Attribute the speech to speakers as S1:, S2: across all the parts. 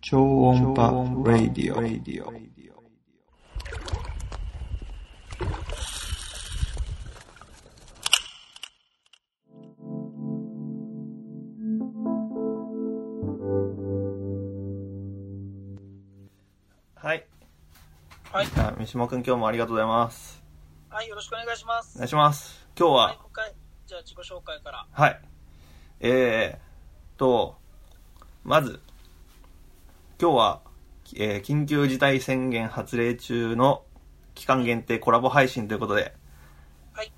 S1: 超音波ラディオ。
S2: はい。
S3: はい、
S2: あ三島くん今日もありがとうございます。
S3: はい、よろしくお願いしま
S2: お
S3: す。
S2: 願いします。今日
S3: はい、
S2: は
S3: 今、回、じゃあ自己紹介から。
S2: はい。えーと、まず、今日は、えー緊急事態宣言発令中の期間限定コラボ配信ということで、
S3: はい。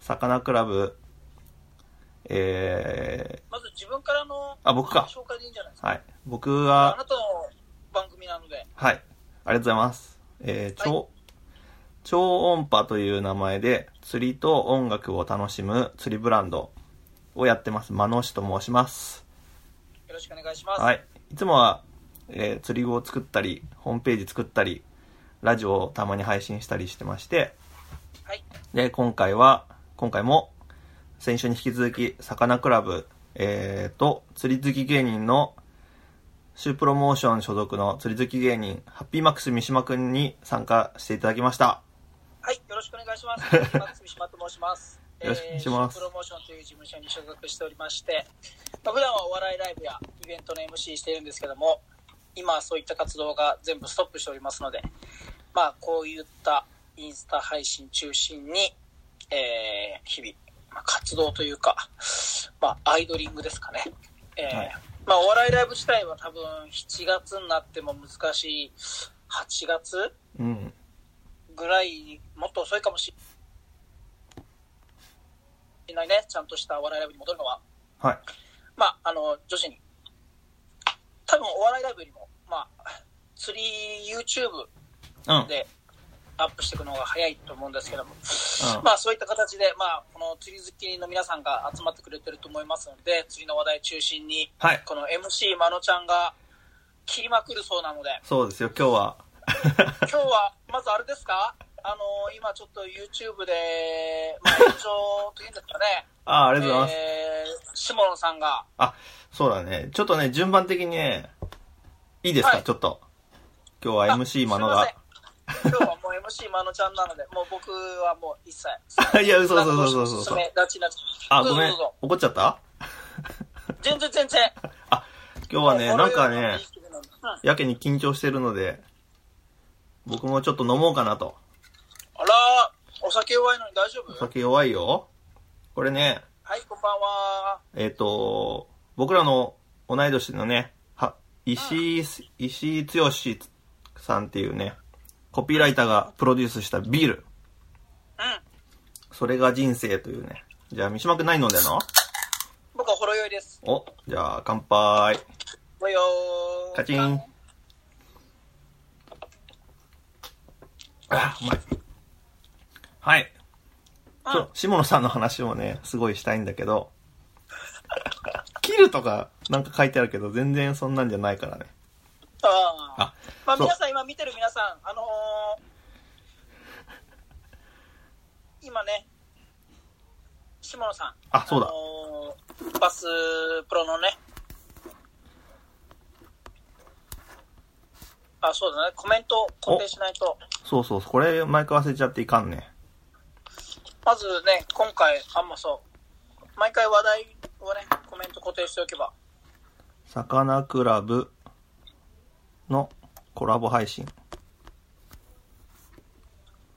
S2: さかなクラブ、え
S3: まず自分からの
S2: あ僕か
S3: 紹介でいいんじゃないです
S2: ー
S3: か。
S2: はい。僕
S3: あ
S2: は、
S3: なたの番組なので。
S2: はい。ありがとうございます。えー超、超音波という名前で釣りと音楽を楽しむ釣りブランドをやってます。マノシと申します。
S3: よろしくお願いしま す。。
S2: はいい。いつもは、えー釣り具を作ったり、ホームページ作ったり、ラジオをたまに配信したりしてまして、
S3: はい。
S2: で、今回は、今回も、先週に引き続き、さかなクラブ、えー、と、釣り好き芸人の、シュープロモーション所属の釣り好き芸人、ハッピーマックス三島くんに参加していただきました。
S3: はい、よろしくお願いしま す。松見島と申します。
S2: よろしくお願いします
S3: えーシンプロモーションという事務所に所属しておりまして、まあ、普段はお笑いライブやイベントの MC してるんですけども、今はそういった活動が全部ストップしておりますので、まあ、こういったインスタ配信中心に、えー日々、まあ、活動というか、まあ、アイドリングですかね。えー
S2: はい
S3: まあ、お笑いライブ自体は多分7月になっても難しい、8月
S2: うん。
S3: ぐらい、もっと遅いかもしれないね、ちゃんとしたお笑いライブに戻るのは、
S2: はい。
S3: まあ、あの、女子に、多分お笑いライブよりも、まあ、釣り YouTube
S2: うん。うん。
S3: でアップしていくのが早いと思うんですけども、まあ、そういった形で、まあ、この釣り好きの皆さんが集まってくれてると思いますので、釣りの話題中心に、
S2: はい。
S3: この MC まのちゃんが切りまくるそうなので、
S2: そうですよ、今日は。
S3: 今日は、まずあれですかあの今ちょっと YouTube で、まあ、延長というんですかね。
S2: あー、 あ
S3: あ
S2: りがとうございます。
S3: えー下野さんが、
S2: あ、そうだね。ちょっとね、順番的にね、いいですか、
S3: はい
S2: ちょっと。今日は MC マノが。
S3: すいません今日はもう MC まのちゃんなので、もう僕はもう 一切。
S2: いや、嘘嘘嘘嘘
S3: 進
S2: 嘘。
S3: めがちになっちゃう
S2: あ、ごめん
S3: どうぞ。
S2: 怒っちゃった
S3: どうぞ全然全然。
S2: 今日はね、
S3: も
S2: な
S3: うん
S2: かね、
S3: 俺よりもいい気分なんだうん
S2: やけに緊張してるので、僕もちょっと飲もうかなと。
S3: あらお酒弱いのに大丈
S2: お
S3: 夫
S2: 酒弱いよ。これね、
S3: はい、こんばんは。
S2: えっ、と、僕らの同い年のね、は、石井、石井剛さんっていうね、コピーライターがプロデュースしたビール。
S3: うん。
S2: それが人生というね。じゃあ、三島くん何飲んでんの
S3: 僕はほろ酔いです。
S2: お、じゃあ、乾杯。
S3: ほろよー
S2: カチン。あ、うまい。はい。
S3: うん
S2: ちょ下野さんの話もね、すごいしたいんだけど、切るとかなんか書いてあるけど、全然そんなんじゃないからね。
S3: あー
S2: あ、
S3: まあ、
S2: そう
S3: 皆さん、今見てる皆さん、あのー今ね、下野さん、
S2: あ、そうだ。
S3: あのーバスプロのね、あ、そうだね、コメント固定しないと、
S2: そうそうそう。これ、毎回忘れちゃっていかんね。
S3: まずね、今回、あんまそう、毎回話題をね、コメント固定しておけば、
S2: さかなクラブのコラボ配信。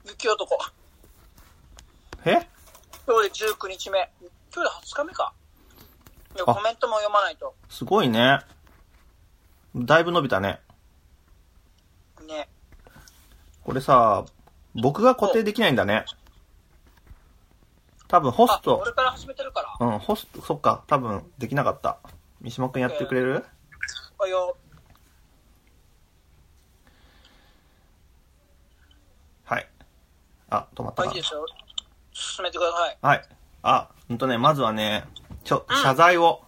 S3: 雪男、
S2: え
S3: 今日で19日目、今日で20日目か。いや
S2: あ
S3: コメントも読まないと。
S2: すごいね。だいぶ伸びたね。
S3: ね。
S2: これさ、僕が固定できないんだね。多分ホ
S3: あ
S2: ス、ト
S3: 俺、から始めてるから。
S2: うん、ホスト、そっか、多分できなかった。三島くんやってくれる、
S3: およ。
S2: はい。あ、止まった
S3: あ、い
S2: か
S3: いですよ。進めてください。
S2: な。はい。あ、ほんとね、まずはね、ちょ、謝罪を、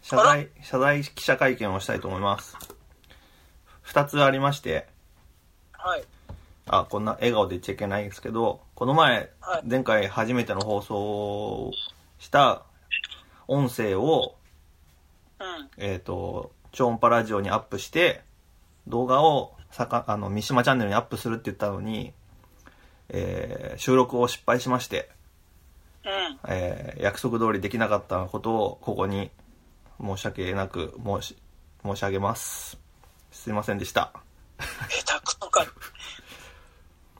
S2: 謝罪、謝罪記者会見をしたいと思います。二つありまして、
S3: はい。
S2: あ、こんな笑顔で言っちゃいけないんですけど、この前、
S3: はい
S2: 前回初めての放送をした音声を、
S3: うん。
S2: えっ、と、超音波ラジオにアップして、動画をさかあの三島チャンネルにアップするって言ったのに、えー収録を失敗しまして、
S3: うん。
S2: えー約束通りできなかったことをここに申し訳なく申し申し上げますすいませんでした
S3: 下手くそか。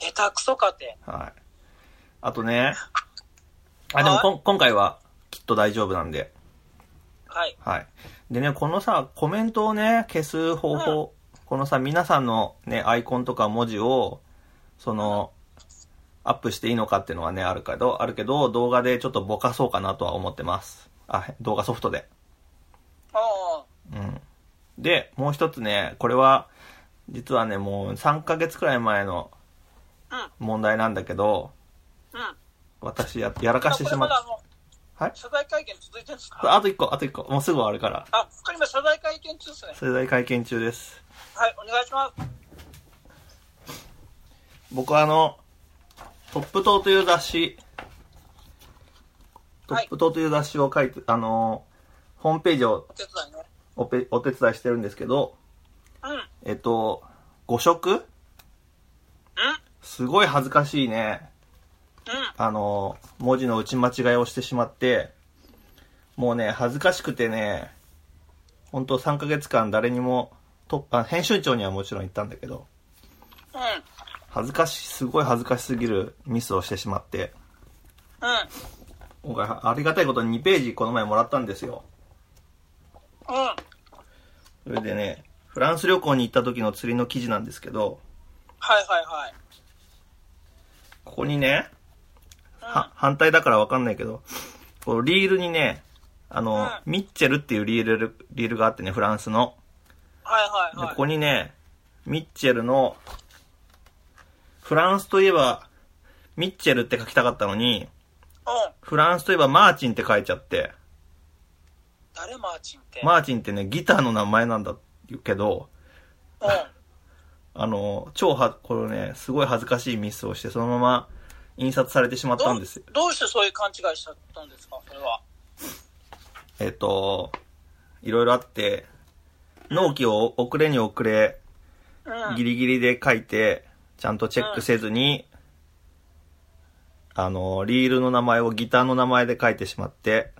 S3: 下手くそかて。
S2: はいあとねあでもこん今回はきっと大丈夫なんで
S3: はい。
S2: はいでねこのさコメントをね消す方法、このさ皆さんのねアイコンとか文字をそのアップしていいのかっていうのはねあるけどあるけど動画でちょっとぼかそうかなとは思ってますあ動画ソフトで
S3: あ
S2: うん。で、もう一つね、これは、実はね、もう3ヶ月くらい前の
S3: あ。
S2: 問題なんだけど、
S3: うん。うん。
S2: 私や、やらかしてしまっ
S3: これまだあの、
S2: はい
S3: 謝罪会見続いてるんですか
S2: た。あと一個、あと一個。もうすぐ終わるから。
S3: あ、これ今謝罪会見中ですね。
S2: 世代会見中です。
S3: はい、お願いします。
S2: 僕はあの、トップ党という雑誌、ト
S3: はい
S2: ップ党という雑誌を書いて、あの、ホームページを
S3: お手伝いね。
S2: おぺお手伝いしてるんですけど、
S3: うん。うん。
S2: えっと、誤色すごい恥ずかしいね。
S3: うん。
S2: あの、文字の打ち間違いをしてしまって、もうね、恥ずかしくてね、ほんと3ヶ月間誰にも、とあ編集長にはもちろん言ったんだけど、
S3: うん。
S2: 恥ずかし、すごい恥ずかしすぎるミスをしてしまって、
S3: うん。
S2: 今回ありがたいことに2ページこの前もらったんですよ。
S3: うん。
S2: それでね、フランス旅行に行った時の釣りの記事なんですけど、
S3: はいはいはい。
S2: ここにね、は反対だからわかんないけど、このリールにね、あの、
S3: う
S2: ミッチェルっていうリール、リールがあってね、フランスの。
S3: はいはい
S2: で
S3: はい。
S2: ここにね、ミッチェルの、フランスといえば、ミッチェルって書きたかったのに、
S3: うん。
S2: フランスといえばマーチンって書いちゃって、
S3: 誰マーチンって。
S2: マーチンってね、ギターの名前なんだけど、
S3: うん。
S2: あの、超は、これね、すごい恥ずかしいミスをして、そのまま印刷されてしまったんですよ。
S3: どどうしてそういう勘違いしちゃったんですかそれは。
S2: えっ、と、いろいろあって、納期を遅れに遅れ、
S3: うん。
S2: ギリギリで書いて、ちゃんとチェックせずに、あの、リールの名前をギターの名前で書いてしまって、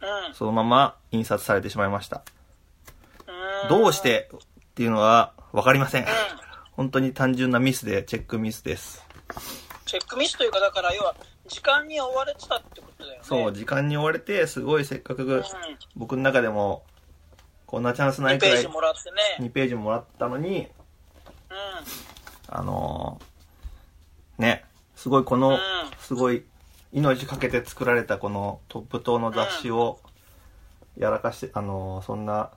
S3: うん。
S2: そのまま印刷されてしまいました。
S3: うん
S2: どうしてっていうのはわかりません
S3: う。ん。
S2: 本当に単純なミスで、チェックミスです。
S3: チェックミスというか、だから要は、時間に追われてたってことだよね。
S2: そう、時間に追われて、すごいせっかく僕の中でも、こんなチャンスな
S3: 2
S2: いく
S3: ペー
S2: らい
S3: ジもらってね。
S2: 2ページもらったのに、
S3: うん。
S2: あのーね、すごいこの、
S3: うん
S2: すごい命かけて作られたこのトップ党の雑誌をやらかして、あのーそんな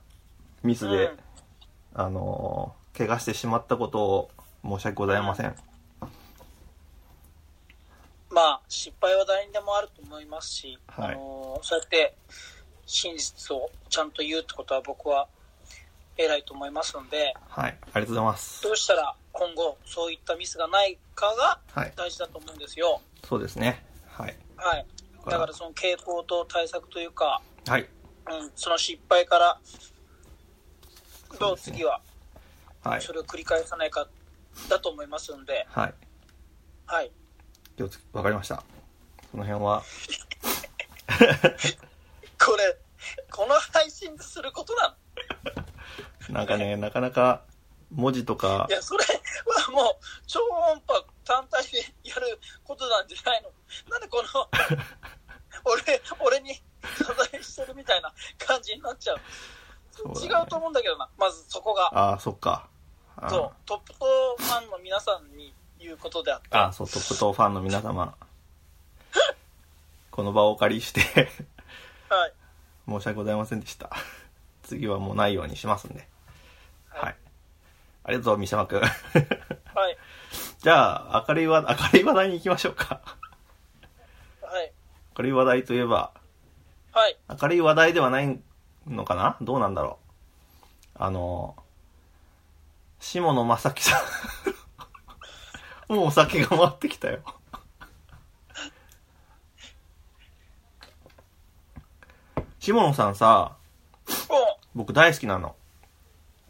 S2: ミスで、
S3: うん
S2: あのー怪我してしまったことを申し訳ございません。
S3: まあ、失敗は誰にでもあると思いますし、
S2: はい
S3: あのーそうやって真実をちゃんと言うってことは僕は偉いと思いますので、
S2: はい、ありがとうございます
S3: ど。うしたら今後そういったミスがないかが
S2: はい、
S3: 大事だと思うんですよ。
S2: そうですね。はい。
S3: はい。だからその傾向と対策というか、
S2: はい。
S3: うん、その失敗から、どう次は
S2: はい。
S3: それを繰り返さないかだと思いますんで、
S2: はい。
S3: はい。
S2: 気をつけ、わかりました。その辺は、
S3: これ、この配信することなの
S2: なんかね、なかなか文字とか
S3: い、や、それはもう、超音波単体でやることなんじゃないのなんで この、俺、俺に謝罪してるみたいな感じになっちゃう。
S2: そう
S3: 違
S2: だね
S3: うと思うんだけどな、まずそこが。
S2: ああ、そっか。あー
S3: そう、トップ4ファンの皆さんに言うことであって。
S2: あ、そう、トップ党ファンの皆様、この場をお借りして、
S3: はい。
S2: 申し訳ございませんでした。次はもうないようにしますんで。はい。ありがとう、三島くん。
S3: はい。
S2: じゃあ、明るい話、明るい話題に行きましょうか。
S3: はい。
S2: 明るい話題といえば、
S3: はい。
S2: 明るい話題ではないのかなどうなんだろう。あの、下野正樹さん。 もうお酒が回ってきたよ。下野さんさ、
S3: おう
S2: 僕大好きなの。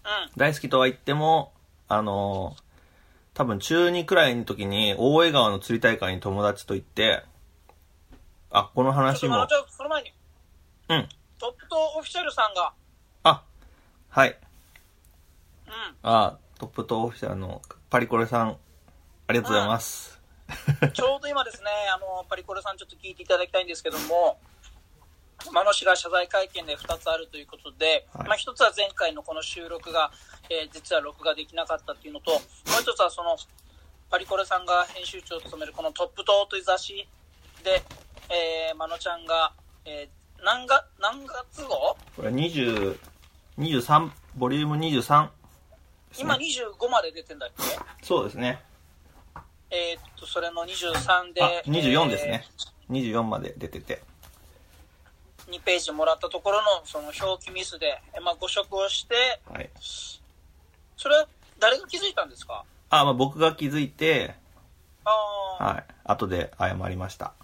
S3: うん。
S2: 大好きとは言っても、あの、多分中2くらいの時に大江川の釣り大会に友達と行って、あ、この
S3: ちょ
S2: 話
S3: っとま
S2: も
S3: あ、ち、ょっとその前に、
S2: うん。
S3: トップとオフィシャルさんが、
S2: あ、はい。
S3: うん。
S2: あ、トップとオフィシャルのパリコレさん、ありがとうございます。
S3: ちょうど今ですね、あの、パリコレさんちょっと聞いていただきたいんですけども、マノ氏が謝罪会見で2つあるということで、
S2: はい
S3: まあ1つは前回のこの収録が、えー実は録画できなかったっていうのと、もう1つはその、パリコレさんが編集長を務めるこのトップ党という雑誌で、えー、マノちゃんが、えー何が、何月号
S2: これ20、23、ボリューム23。
S3: 今25まで出てんだっけ
S2: そうですね。
S3: えーっと、それの23で、
S2: あ、24ですね。24まで出てて。
S3: えー。2ページもらったところの、その表記ミスで、えまあ、誤植をして、
S2: はい。
S3: それ、誰が気づいたんですか
S2: あ、まあ僕が気づいて、
S3: ああ、
S2: はい。後で謝りました。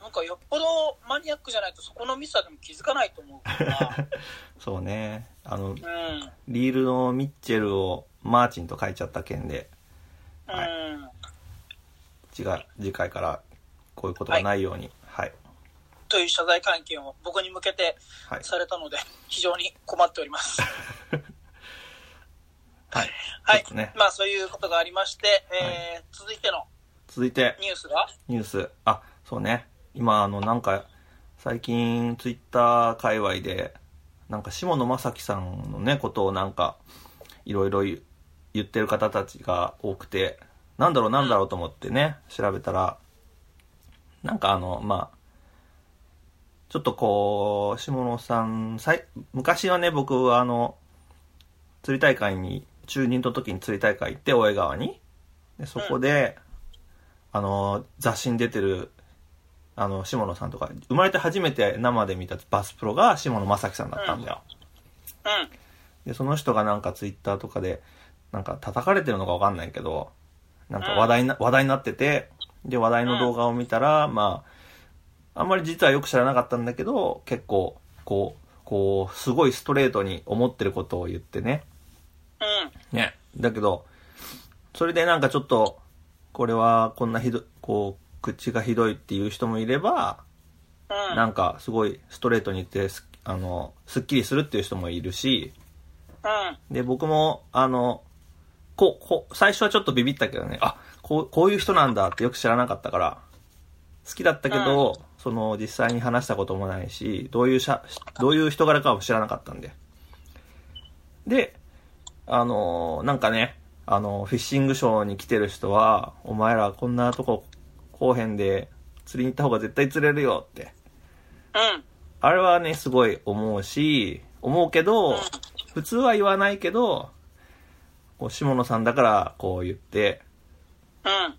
S3: なんかよっぽどマニアックじゃないと、そこのミスはでも気づかないと思う から
S2: そうね。あの、
S3: な。うん。
S2: リールのミッチェルをマーチンと書いちゃった件で、は
S3: うん。
S2: 違う、次回からこういうことがないように、はい。
S3: という謝罪会見を僕に向けて
S2: はい。
S3: されたので、非常に困ってお ります。
S2: はい。
S3: は
S2: ち
S3: い
S2: ょっとね。
S3: まあ、そういうことがありまして、えー続いての
S2: 続いて、
S3: ニュースが、
S2: ニュース。あ、そうね。今、あの、なんか、最近、ツイッター界隈で、なんか、下野正樹さんのね、ことをなんか、いろいろ言言ってる方たちが多くて、なんだろう、なんだろうと思ってね、調べたら、なんかあの、まあ、ちょっとこう、下野さん、さい昔はね、僕はあの、釣り大会に、中任の時に釣り大会行って、大江川に。でそこで、あの、雑誌に出てる、あの、下野さんとか、生まれて初めて生で見たバスプロが下野正樹さんだったんだよ。
S3: うん。
S2: で、その人がなんかツイッターとかで、なんか叩かれてるのかわかんないけど、なんか話題な、話題になってて、で、話題の動画を見たら、まあ、あんまり実はよく知らなかったんだけど、結構、こう、こう、すごいストレートに思ってることを言ってね。
S3: うん。
S2: ね。だけど、それでなんかちょっと、これはこんなひどい、こう、口がひどいっていう人もいれば、
S3: うん。
S2: なんかすごいストレートに言ってす、あの、すっきりするっていう人もいるし、
S3: うん。
S2: で、僕も、あの、こう、こう、最初はちょっとビビったけどね、あ、こう、こういう人なんだってよく知らなかったから、好きだったけど、その、実際に話したこともないし、どういうしゃ、どういう人柄かも知らなかったんで。で、あの、なんかね、あの、フィッシングショーに来てる人は、お前らこんなとこ、こうへんで釣りに行った方が絶対釣れるよって。
S3: うん。
S2: あれはね、すごい思うし、思うけど、普通は言わないけど、こう下野さんだからこう言って、
S3: うん。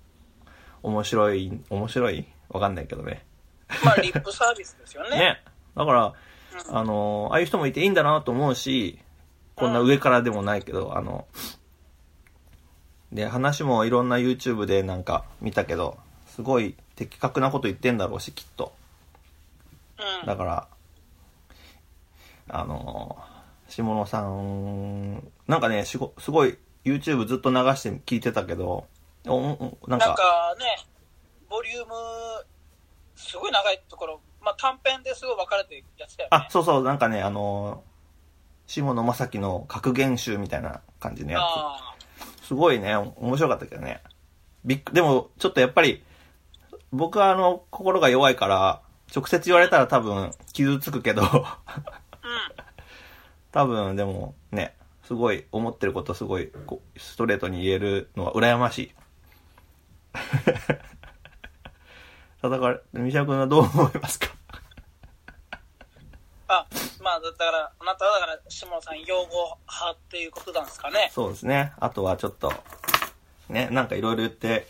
S2: 面白い、面白いわかんないけどね。
S3: まあ、リップサービスですよね。
S2: ね。だから、あの、ああいう人もいていいんだなと思うし、こんな上からでもないけど、あの、で、話もいろんな YouTube でなんか見たけど、すごい的確なこと言ってんだろうし、きっと。
S3: うん。
S2: だから、あのー、下野さん、なんかね、しごすごい YouTube ずっと流して聞いてたけど、おおなん
S3: な
S2: か、
S3: んかね、ボリューム、すごい長いところ、まあ、短編ですごい分かれてるやつだよね。
S2: あ、そうそう、なんかね、あのー、下野正樹の格言集みたいな感じのや
S3: あ
S2: つ。すごいね、お面白かったけどね。びっくでも、ちょっとやっぱり、僕はあの、心が弱いから、直接言われたら多分、傷つくけど、
S3: あ、うん。
S2: 多分でもねすごい思ってることすごいこうストレートに言えるのは羨ましい叩かれ三島君はどう思いますか
S3: あ、まあ、だから、あなたはだから、下野さん、擁護派っていうことなんですかね。
S2: そうですねあとはちょっとねなんかいろいろ言って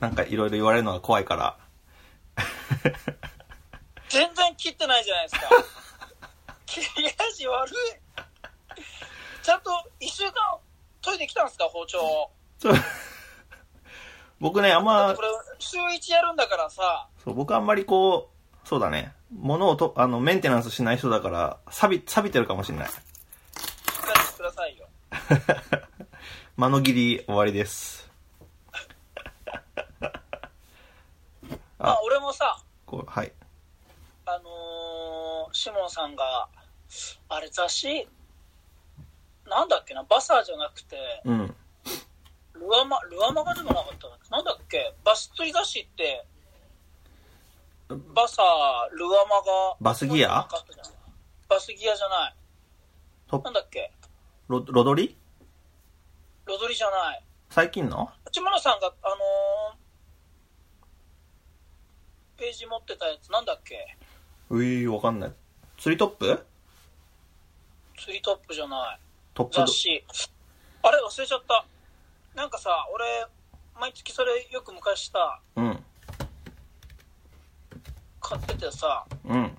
S2: なんかいろいろ言われるのが怖いから
S3: 全然切ってないじゃな いですか。切れ味悪い。ちゃんと、一週間、研いできたんですか、包丁を。
S2: ちょ 僕ねあん
S3: だって
S2: ま
S3: これ、週一やるんだからさ、
S2: そう僕あんまりこうそうだね物をとあのメンテナンスしない人だから錆び錆びてるかもしれない
S3: だから
S2: 間の切り終わりです。
S3: まあ、俺もさ、
S2: こうはい。
S3: あのー、シモンさんが、あれ雑誌、なんだっけな、バサーじゃなくて、
S2: うん。
S3: ルアマ、ルアマガでもなかったな。なんだっけ、バス釣り雑誌って、バサー、ルアマガ。
S2: バスギア
S3: なんかあったじゃんバスギアじゃない。
S2: と
S3: なんだっけ、
S2: ロロドリ
S3: ロドリじゃない。
S2: 最近の
S3: 内村さんが、あのー、ページ持ってたやつ、なんだっけ
S2: ういわかんない。釣りトップ
S3: 釣りトップじゃない。
S2: トップ
S3: 雑誌。あれ忘れちゃった。なんかさ、俺、毎月それよく昔さ、
S2: うん。
S3: 買っててさ、
S2: うん。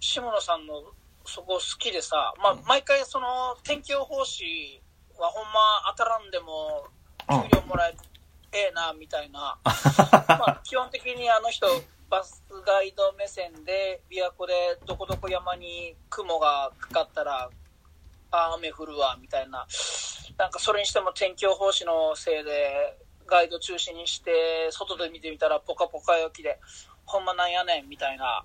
S3: 下野さんのそこ好きでさ、まあ、毎回その、天気予報士はほんま当たらんでも、給料もらえる、ええな、みたいな。まあ、基本的にあの人、バスガイド目線で、琵琶湖でどこどこ山に雲がかかったら、あ雨降るわ、みたいな。なんかそれにしても天気予報士のせいで、ガイド中止にして、外で見てみたらポカポカ陽気で、ほんまなんやねん、みたいな。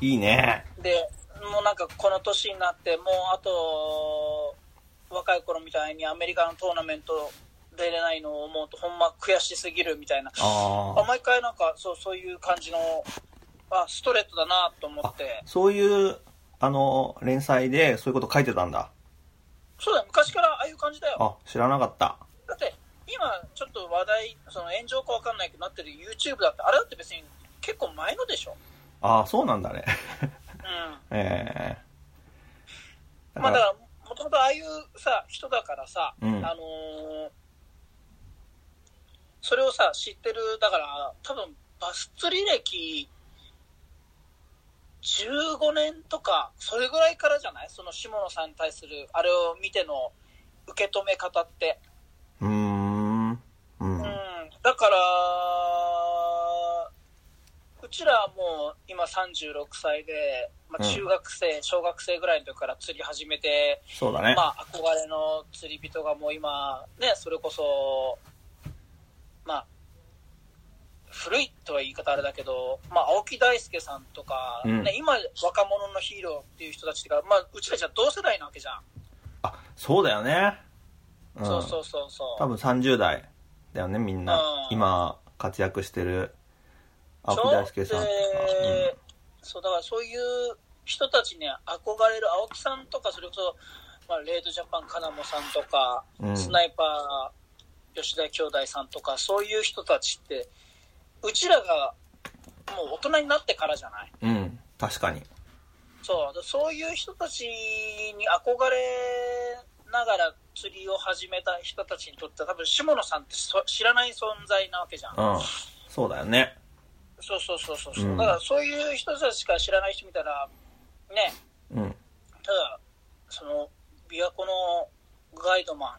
S2: いいね。
S3: でもうなんかこの年になってもうあと若い頃みたいにアメリカのトーナメント出れないのを思うとほんま悔しすぎるみたいな
S2: あ
S3: あ毎回なんかそうそういう感じのあストレートだなと思
S2: あ
S3: って
S2: そういう、あの、連載でそういうこと書いてたんだ。
S3: そうだよ昔からああいう感じだよ
S2: あ、知らなかった。
S3: だって今ちょっと話題その炎上かわかんないけどなってる YouTube だってあれだって別に結構前のでしょ
S2: ああ、そうなんだね。
S3: うん
S2: ええ
S3: まあだから、もともとああいうさ、人だからさ、
S2: うん
S3: あのーそれをさ、知ってる、だから、多分バス釣り歴、15年とか、それぐらいからじゃないその下野さんに対する、あれを見ての受け止め方って。
S2: うーん。うん
S3: うん。。だから、うちらはもう今36歳で、まあ、
S2: うん
S3: 中学生、小学生ぐらいの時から釣り始めて、
S2: そうだね。
S3: まあ、憧れの釣り人がもう今、ね、それこそ、まあ、古いとは言い方あれだけど、まあ、青木大輔さんとか、
S2: うん
S3: ね、今、若者のヒーローっていう人たちが、まあ、うちらじゃ同世代なわけじゃん。
S2: あ、そうだよね。うん
S3: そうそうそうそう。
S2: 多分30代だよね、みんな。
S3: うん
S2: 今、活躍してる、青木
S3: そう
S2: 大輔さんとか。
S3: でそう、だからそういう人たちに憧れる青木さんとか、それこそ、まあ、レイドジャパン金本さんとか、
S2: うん
S3: スナイパー吉田兄弟さんとか、そういう人たちって、うちらがもう大人になってからじゃない
S2: うん。うん、確かに。
S3: そう、そういう人たちに憧れながら釣りを始めた人たちにとっては、多分下野さんってそ知らない存在なわけじゃん。
S2: うん。そうだよね。
S3: そうそうそうそうそう、
S2: うん
S3: だからそういう人たちしか知らない人見たらね
S2: うん。
S3: ただその琵琶湖のガイドマ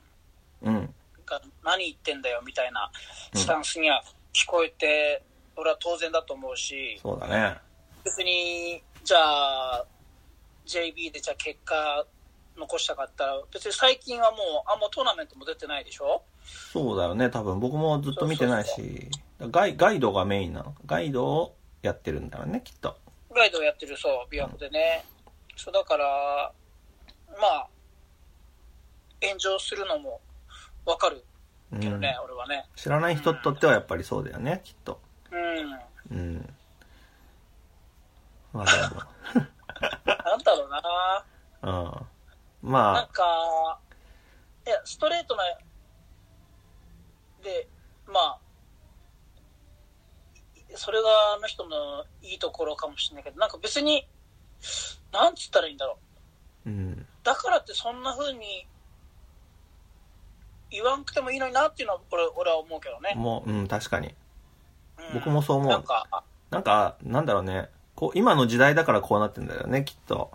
S2: うん。
S3: ンが何言ってんだよみたいな
S2: うん
S3: スタンスには聞こえて、俺は当然だと思うし
S2: そうだね。
S3: 別にじゃあ JB でじゃあ結果残したかったら別に最近はもうあんまトーナメントも出てないでしょ
S2: そうだよね、多分。僕もずっと見てない
S3: そ
S2: し。ガイガイドがメインなの。ガイドをやってるんだろうね、きっと。
S3: ガイドをやってるそう琵琶湖でね、そうだからまあ炎上するのもわかる
S2: うん
S3: けどね、俺はね
S2: 知らない人にとってはやっぱりそうだよね、きっと。
S3: うん
S2: うん。まあでも
S3: なんだろうな
S2: うん。
S3: なん
S2: ま
S3: かいやストレートなでまあそれがあの人のいいところかもしれないけどなんか別になんつったらいいんだろ
S2: あ、う
S3: う
S2: ん。
S3: だからってそんな風に言わんくてもいいのになっていうのは俺俺は思うけどね、
S2: もう、うん、確かに。
S3: うん
S2: 僕もそう思う
S3: なんかあ
S2: なんか、なんだろうね。こう、今の時代だからこうなってんだよね、きっと。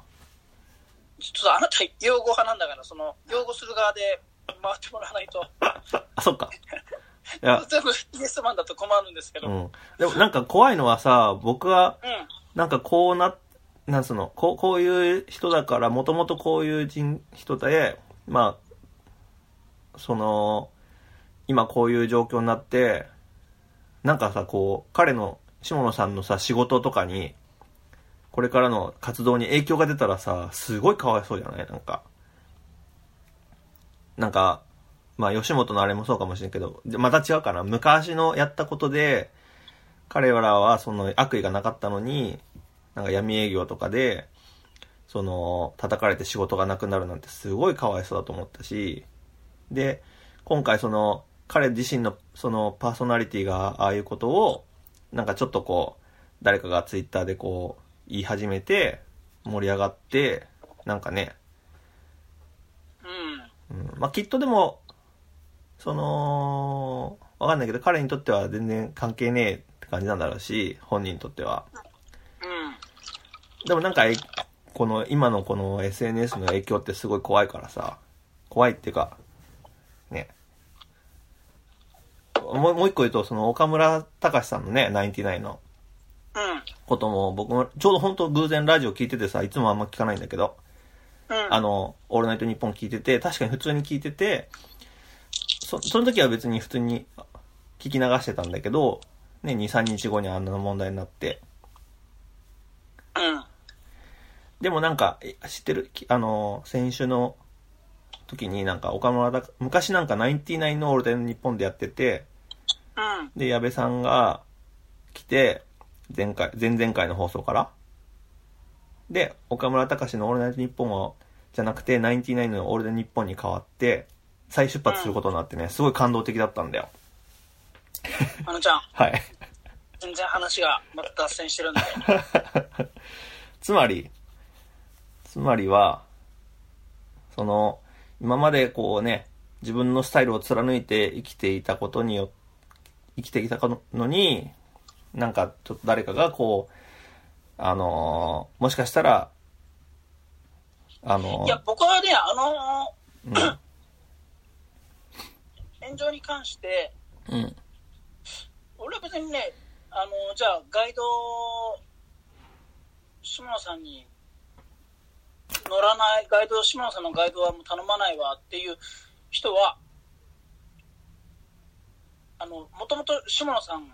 S3: ちょっとあなた擁護派なんだからその擁護する側で回ってもらわないと
S2: あ、そっか。いや、
S3: 全部イエスマンだと困るんですけど
S2: う
S3: うん、
S2: ん。でもなんか怖いのはさ、僕は、
S3: うん
S2: なんかこうな、なんその、こう、こういう人だから、もともとこういう人、人で、まあ、その、今こういう状況になって、なんかさ、こう、彼の、下野さんのさ、仕事とかに、これからの活動に影響が出たらさ、すごいかわいそうじゃないなんか。なんか、まあ、吉本のあれもそうかもしれんけど、でまた違うかな。昔のやったことで、彼らはその悪意がなかったのに、なんか闇営業とかで、その、叩かれて仕事がなくなるなんてすごいかわいそうだと思ったし、で、今回その、彼自身のそのパーソナリティがああいうことを、なんかちょっとこう、誰かがツイッターでこう、言い始めて、盛り上がって、なんかね、
S3: うん。
S2: うん、まあきっとでも、その、わかんないけど、彼にとっては全然関係ねえって感じなんだろうし、本人にとっては。
S3: うん。
S2: でもなんか、えこの、今のこの SNS の影響ってすごい怖いからさ、怖いっていうか、ね。もう、もう一個言うと、その、岡村隆史さんのね、99の
S3: うん。
S2: ことも、僕も、ちょうど本当偶然ラジオ聞いててさ、いつもあんま聞かないんだけど、
S3: うん。
S2: あの、オールナイトニッポン聞いてて、確かに普通に聞いてて、そ、その時は別に普通に聞き流してたんだけど、ね、2、3日後にあんな問題になって、
S3: うん。
S2: でもなんか、え知ってる、きあの、先週の時になんか岡村だ、昔なんかナインティナインのオールデン日本でやってて、
S3: うん。
S2: で、矢部さんが来て、前回、前々回の放送から。で、岡村隆史のオールナイト日本を、じゃなくて、ナインティナインのオールデン日本に変わって、再出発することになってね、すごい感動的だったんだよ。
S3: あのちゃん、
S2: はい。
S3: 全然話がまた脱線してるんで。
S2: つまり、つまりは、その、今までこうね、自分のスタイルを貫いて生きていたことによ生きてきたのに、なんかちょっと誰かがこう、あのーもしかしたら、あの
S3: い
S2: ー
S3: や、僕はね、あの
S2: うん
S3: ー炎上に関して、
S2: うん、
S3: 俺は別にね、あのーじゃあ、ガイド、下野さんに乗らない、ガイド、下野さんのガイドはもう頼まないわっていう人は、あの、もともと下野さん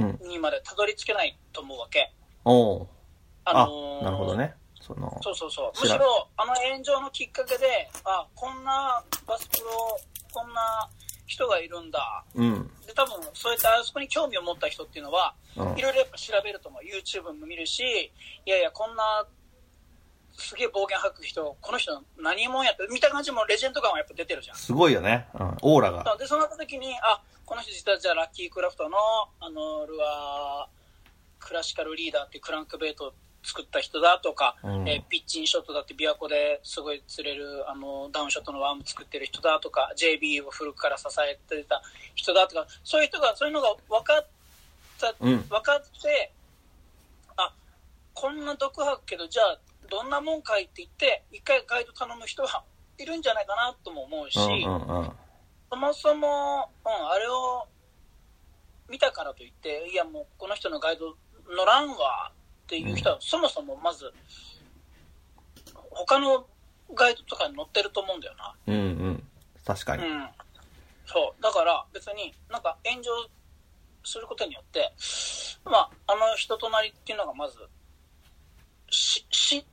S2: うん、
S3: にまでたどり着けないと思うわけ。
S2: おう
S3: あ
S2: あ
S3: のー
S2: なるほどね。その、
S3: そうそうそう。
S2: 知
S3: む
S2: ら
S3: し
S2: ん
S3: ろ、あの炎上のきっかけで、あ、こんなバスプロ、こんな人がいるんだ。
S2: うん、
S3: で、多分、そういった、あそこに興味を持った人っていうのは、
S2: うん
S3: い、ろいろやっぱ調べると思う。YouTube も見るし、いやいや、こんな、すげえ暴言吐く人、この人何者やって、見た感じもレジェンド感はやっぱ出てるじゃん。
S2: すごいよね。うん、オーラ
S3: な
S2: が。
S3: ので、そうなった時に、あ、この人実はじゃあラッキークラフトの、あの、ルアー、クラシカルリーダーっていうクランクベイトを作った人だとか、
S2: うん
S3: えーピッチインショットだって琵琶湖ですごい釣れる、あの、ダウンショットのワーム作ってる人だとか、JB を古くから支えてた人だとか、そういう人が、そういうのが分かった、
S2: うん
S3: 分かって、あ、こんな毒吐くけど、じゃあ、どんなもんかいって言って、一回ガイド頼む人はいるんじゃないかなとも思うし、
S2: うん、うん、うん。
S3: そもそも、うん、あれを見たからといって、いやもうこの人のガイド乗らんわっていう人は、そもそもまず、他のガイドとかに乗ってると思うんだよな。
S2: うん、うん。確か
S3: う
S2: に。
S3: ん。そう。だから別になんか炎上することによって、まあ、あの人となりっていうのがまず、し知る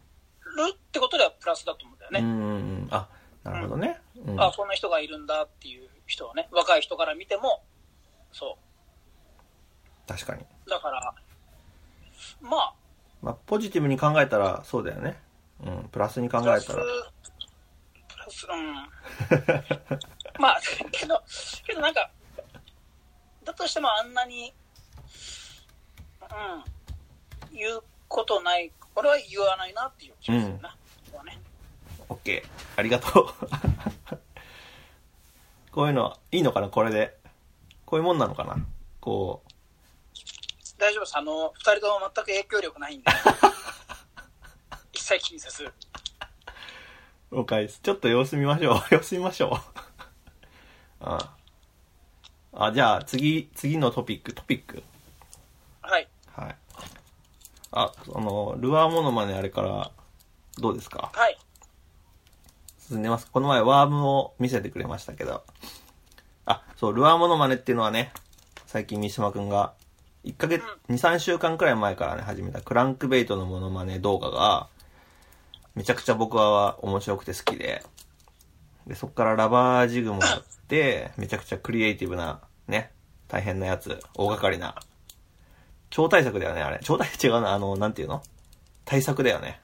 S3: ってことではプラスだと思うんだよね。
S2: うん、うんうん。あ、なるほどね。うん
S3: あ、こんな人がいるんだっていう人をね、若い人から見ても、そう。
S2: 確かに。
S3: だから、まあ、
S2: まあ、ポジティブに考えたらそうだよね。うん、プラスに考え
S3: プ
S2: た
S3: ラ
S2: ら
S3: ス、。プラス、うん。 まあ、けど、けどなんか、だとしてもあんなに、うん、言うことない、俺は言わないなっていう気がするな。ここはね
S2: OK。ありがとう。 こういうの、いいのかなこれで。こういうもんなのかなこ
S3: 大丈夫です。あの、二人とも全く影響力な いんで。一切気にせず。
S2: う、了解です。ちょっと様子見ましょう。 様子見ましょう。うん。あ、じゃあ、次、次のトピック、トピック。
S3: はい。
S2: はい。あ、あの、ルアーモノマネあれから、どうですか
S3: はい。
S2: 進んでますこの前ワームを見せてくれましたけど。あ、そう、ルアーモノマネっていうのはね、最近三島くんが、1ヶ月、2、3週間くらい前からね、始めたクランクベイトのモノマネ動画が、めちゃくちゃ僕は面白くて好きで、で、そっからラバージグもやって、めちゃくちゃクリエイティブな、ね、大変なやつ、大掛かりな。超大作だよね、あれ。超大、違うな、あの、なんていうの対策だよね。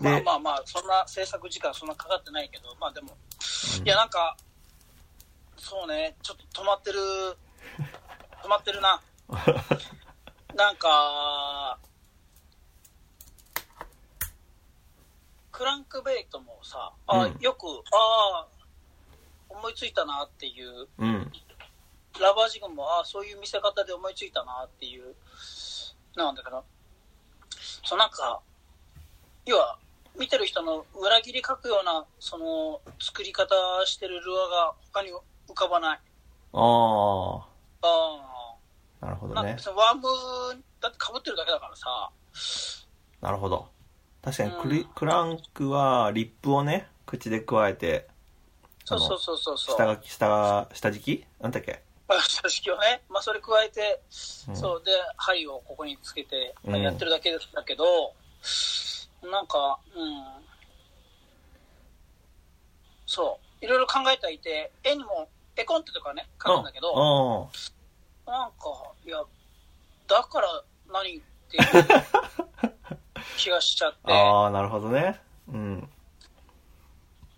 S3: まあまあまあ、そんな制作時間そんなかかってないけど、まあでも、いやなんか、そうね、ちょっと止まってる、止まって るな。なんか、クランクベイトもさ、あ、
S2: うん
S3: よく、ああ、思いついたなっていう
S2: うん。
S3: ラバージグも、ああ、そういう見せ方で思いついたなっていう、なんだけど、そのなんか、要は、見てる人の裏切り書くような、その、作り方してるルアーが他に浮かばない。
S2: あ
S3: あ
S2: あ、なるほ
S3: あ、
S2: ど
S3: なんか
S2: ね。
S3: 別にワーム、だって被ってるだけだからさ、
S2: なるほど。確かにク
S3: う
S2: リ
S3: ん
S2: クランクは、リップをね、口で加えて、あ
S3: そう
S2: の
S3: そうそうそうそう。
S2: 下書き、下、下敷きなんだっけ
S3: まあ正式をね、まあ、それ加えて、
S2: うん
S3: そうで針をここにつけて、まあ
S2: うん
S3: やってるだけですだけど、なんか、うん、そう、いろいろ考えてはいて、絵にも絵コンテとかね、書くんだけど、
S2: ど。
S3: なんか、いや、だから 何っていう気がしちゃって
S2: あ、ああー、なるほどね。うん。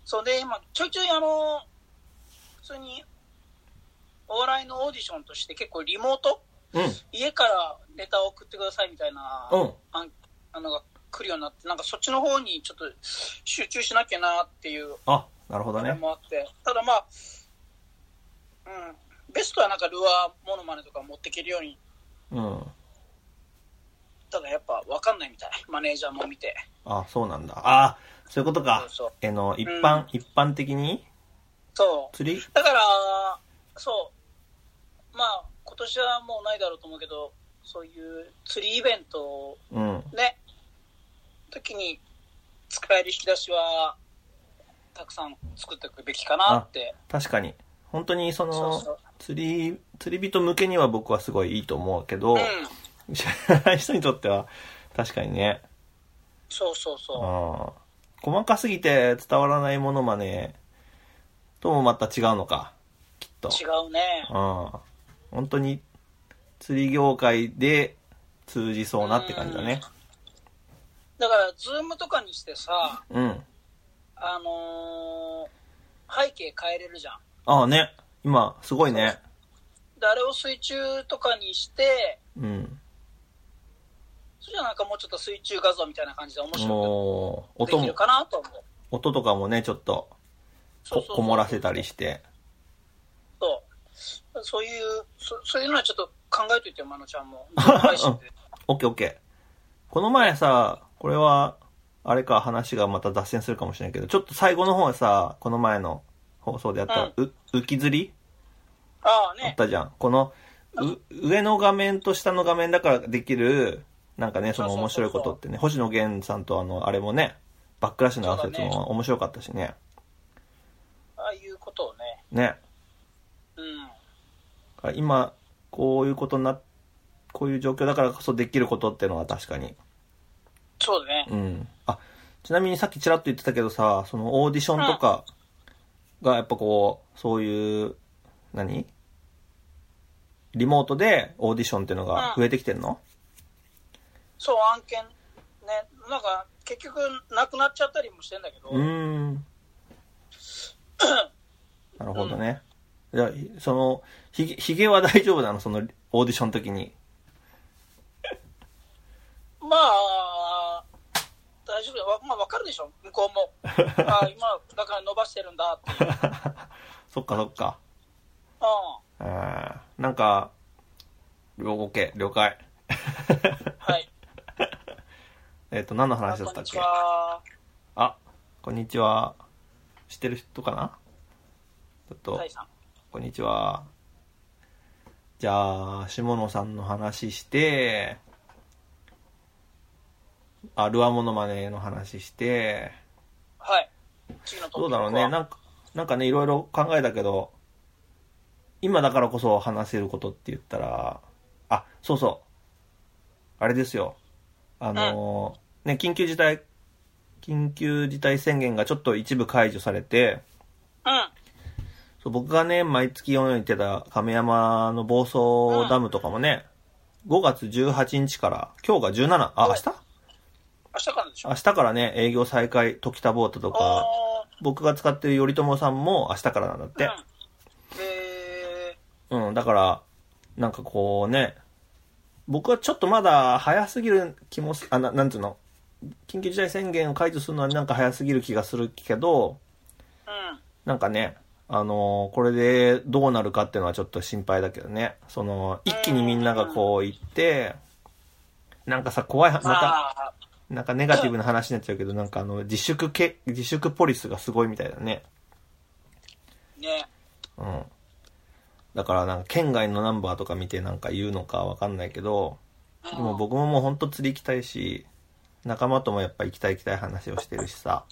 S3: そうで、今、ちょいちょいあの、普通に、お笑いのオーディションとして結構リモート
S2: うん。
S3: 家からネタを送ってくださいみたいな、
S2: うん
S3: あんあのが来るようになって、なんかそっちの方にちょっと集中しなきゃなっていう
S2: あ、なるほど
S3: の
S2: ね。
S3: もあって、ただまあ、うん、ベストはなんかルアーモノマネとか持っていけるように、
S2: うん。
S3: ただやっぱ分かんないみたい、マネージャーも見て。
S2: あ、そうなんだ。ああ、そういうこと
S3: そう
S2: か。
S3: そう
S2: えの、一般、一般的に
S3: そう
S2: 釣り
S3: だから、そう、まあ、今年はもうないだろうと思うけど、そういう釣りイベントを
S2: うん。
S3: ね、時に使える引き出しは、たくさん作っていくべきかなって。
S2: 確かに。本当にその、
S3: そうそう
S2: 釣り、釣り人向けには僕はすごいいいと思うけ
S3: う
S2: ど
S3: ん、。
S2: 知らない 人にとっては、確かにね。
S3: そうそうそ
S2: あー細かすぎて伝わらないものまねともまた違うのかきっと
S3: う。違うね。
S2: あー本当に釣り業界で通じそうなって感じだね
S3: だから、ズームとかにしてさ、
S2: うん
S3: あのー背景変えれるじゃん。
S2: ああね今すごいね
S3: で、あれを水中とかにして、
S2: うん
S3: それじゃなんかもうちょっと水中画像みたいな感じで面白
S2: もう
S3: くで
S2: 音
S3: きる
S2: も
S3: かなと思う。
S2: 音とかもねちょっと
S3: そ
S2: こ
S3: うそうそう
S2: こもらせたりして
S3: そう。そういう、そそういうのはちょっと考えといてよ、まのちゃ んも。ズーム配信で
S2: オッケーオッケーこの前さこれはあれか話がまた脱線するかもしれないけどちょっと最後の方はさこの前の放送でやった、う浮き釣り
S3: ああ
S2: あっ
S3: ね。
S2: たじゃん。この、う、上の画面と下の画面だからできる、なんかね、その
S3: そう
S2: 面
S3: そう
S2: 白
S3: そうそう
S2: いことってね、星野源さんとあの、あれもね、バックラッシュの合わせるやつ
S3: そうだ
S2: も面白かったしね。
S3: ああいうことをね。
S2: ね。
S3: うん。
S2: だから今、こういうことにな、こういう状況だからこそできることってのは確かに。
S3: そうだね。
S2: うん。あ、ちなみにさっきちらっと言ってたけどさ、そのオーディションとかがやっぱこう、そういう、何リモートでオーディションっていうのが増えてきてんの
S3: そう、案件、ね、なんか、結局、なくなっちゃったりもしてんだけど、
S2: うーん。なるほどね。じゃあ、その、ひげ、ひげは大丈夫なのその、オーディションの時に。
S3: まあ、大丈夫だよわまあ、わかるでしょ、向こ うも。あ今、だから伸ばしてるんだっていう。うん。
S2: そっかそっか。あーなんか、了解、了解。
S3: はい。
S2: えっ、と、何の
S3: あ
S2: 話だっ
S3: こん
S2: たっ
S3: にち
S2: け
S3: は。
S2: あ、こんにちは。知ってる人かなちょっと、
S3: タイさん。
S2: こんにちは。じゃあ、下野さんの話して、あルアーモノマネの話して
S3: はい。次のト
S2: どう
S3: ピック
S2: だ
S3: は
S2: ろうねなんかなんかねいろいろ考えたけど今だからこそ話せることって言ったらあそうそうあれですよあのーね緊急事態緊急事態宣言がちょっと一部解除されて、
S3: うん。
S2: そう僕がね、毎月読んでた亀山の房総ダムとかもね、5月18日から、今日が17、あ、明日
S3: 明日からでしょ
S2: 明日からね、営業再開、時田ボートとか、
S3: あ
S2: 僕が使ってる頼朝さんも明日からなんだって。
S3: ーうん。え
S2: うん、だから、なんかこうね、僕はちょっとまだ早すぎる気もす、あ、ななんつうの、緊急事態宣言を解除するのはなんか早すぎる気がするけど、
S3: ー、うん。
S2: なんかね、あのーこれでどうなるかっていうのはちょっと心配だけどね。その、一気にみんながこう行って、なんかさ、怖い、ま
S3: ま
S2: た、
S3: あ、
S2: なんかネガティブな話になっちゃうけど、なんかあの、自粛け、自粛ポリスがすごいみたいだね。
S3: ね。
S2: うん。だからなんか、県外のナンバーとか見てなんか言うのかわかんないけど、でも僕ももうほんと釣り行きたいし、仲間ともやっぱ行きたい行きたい話をしてるしさ。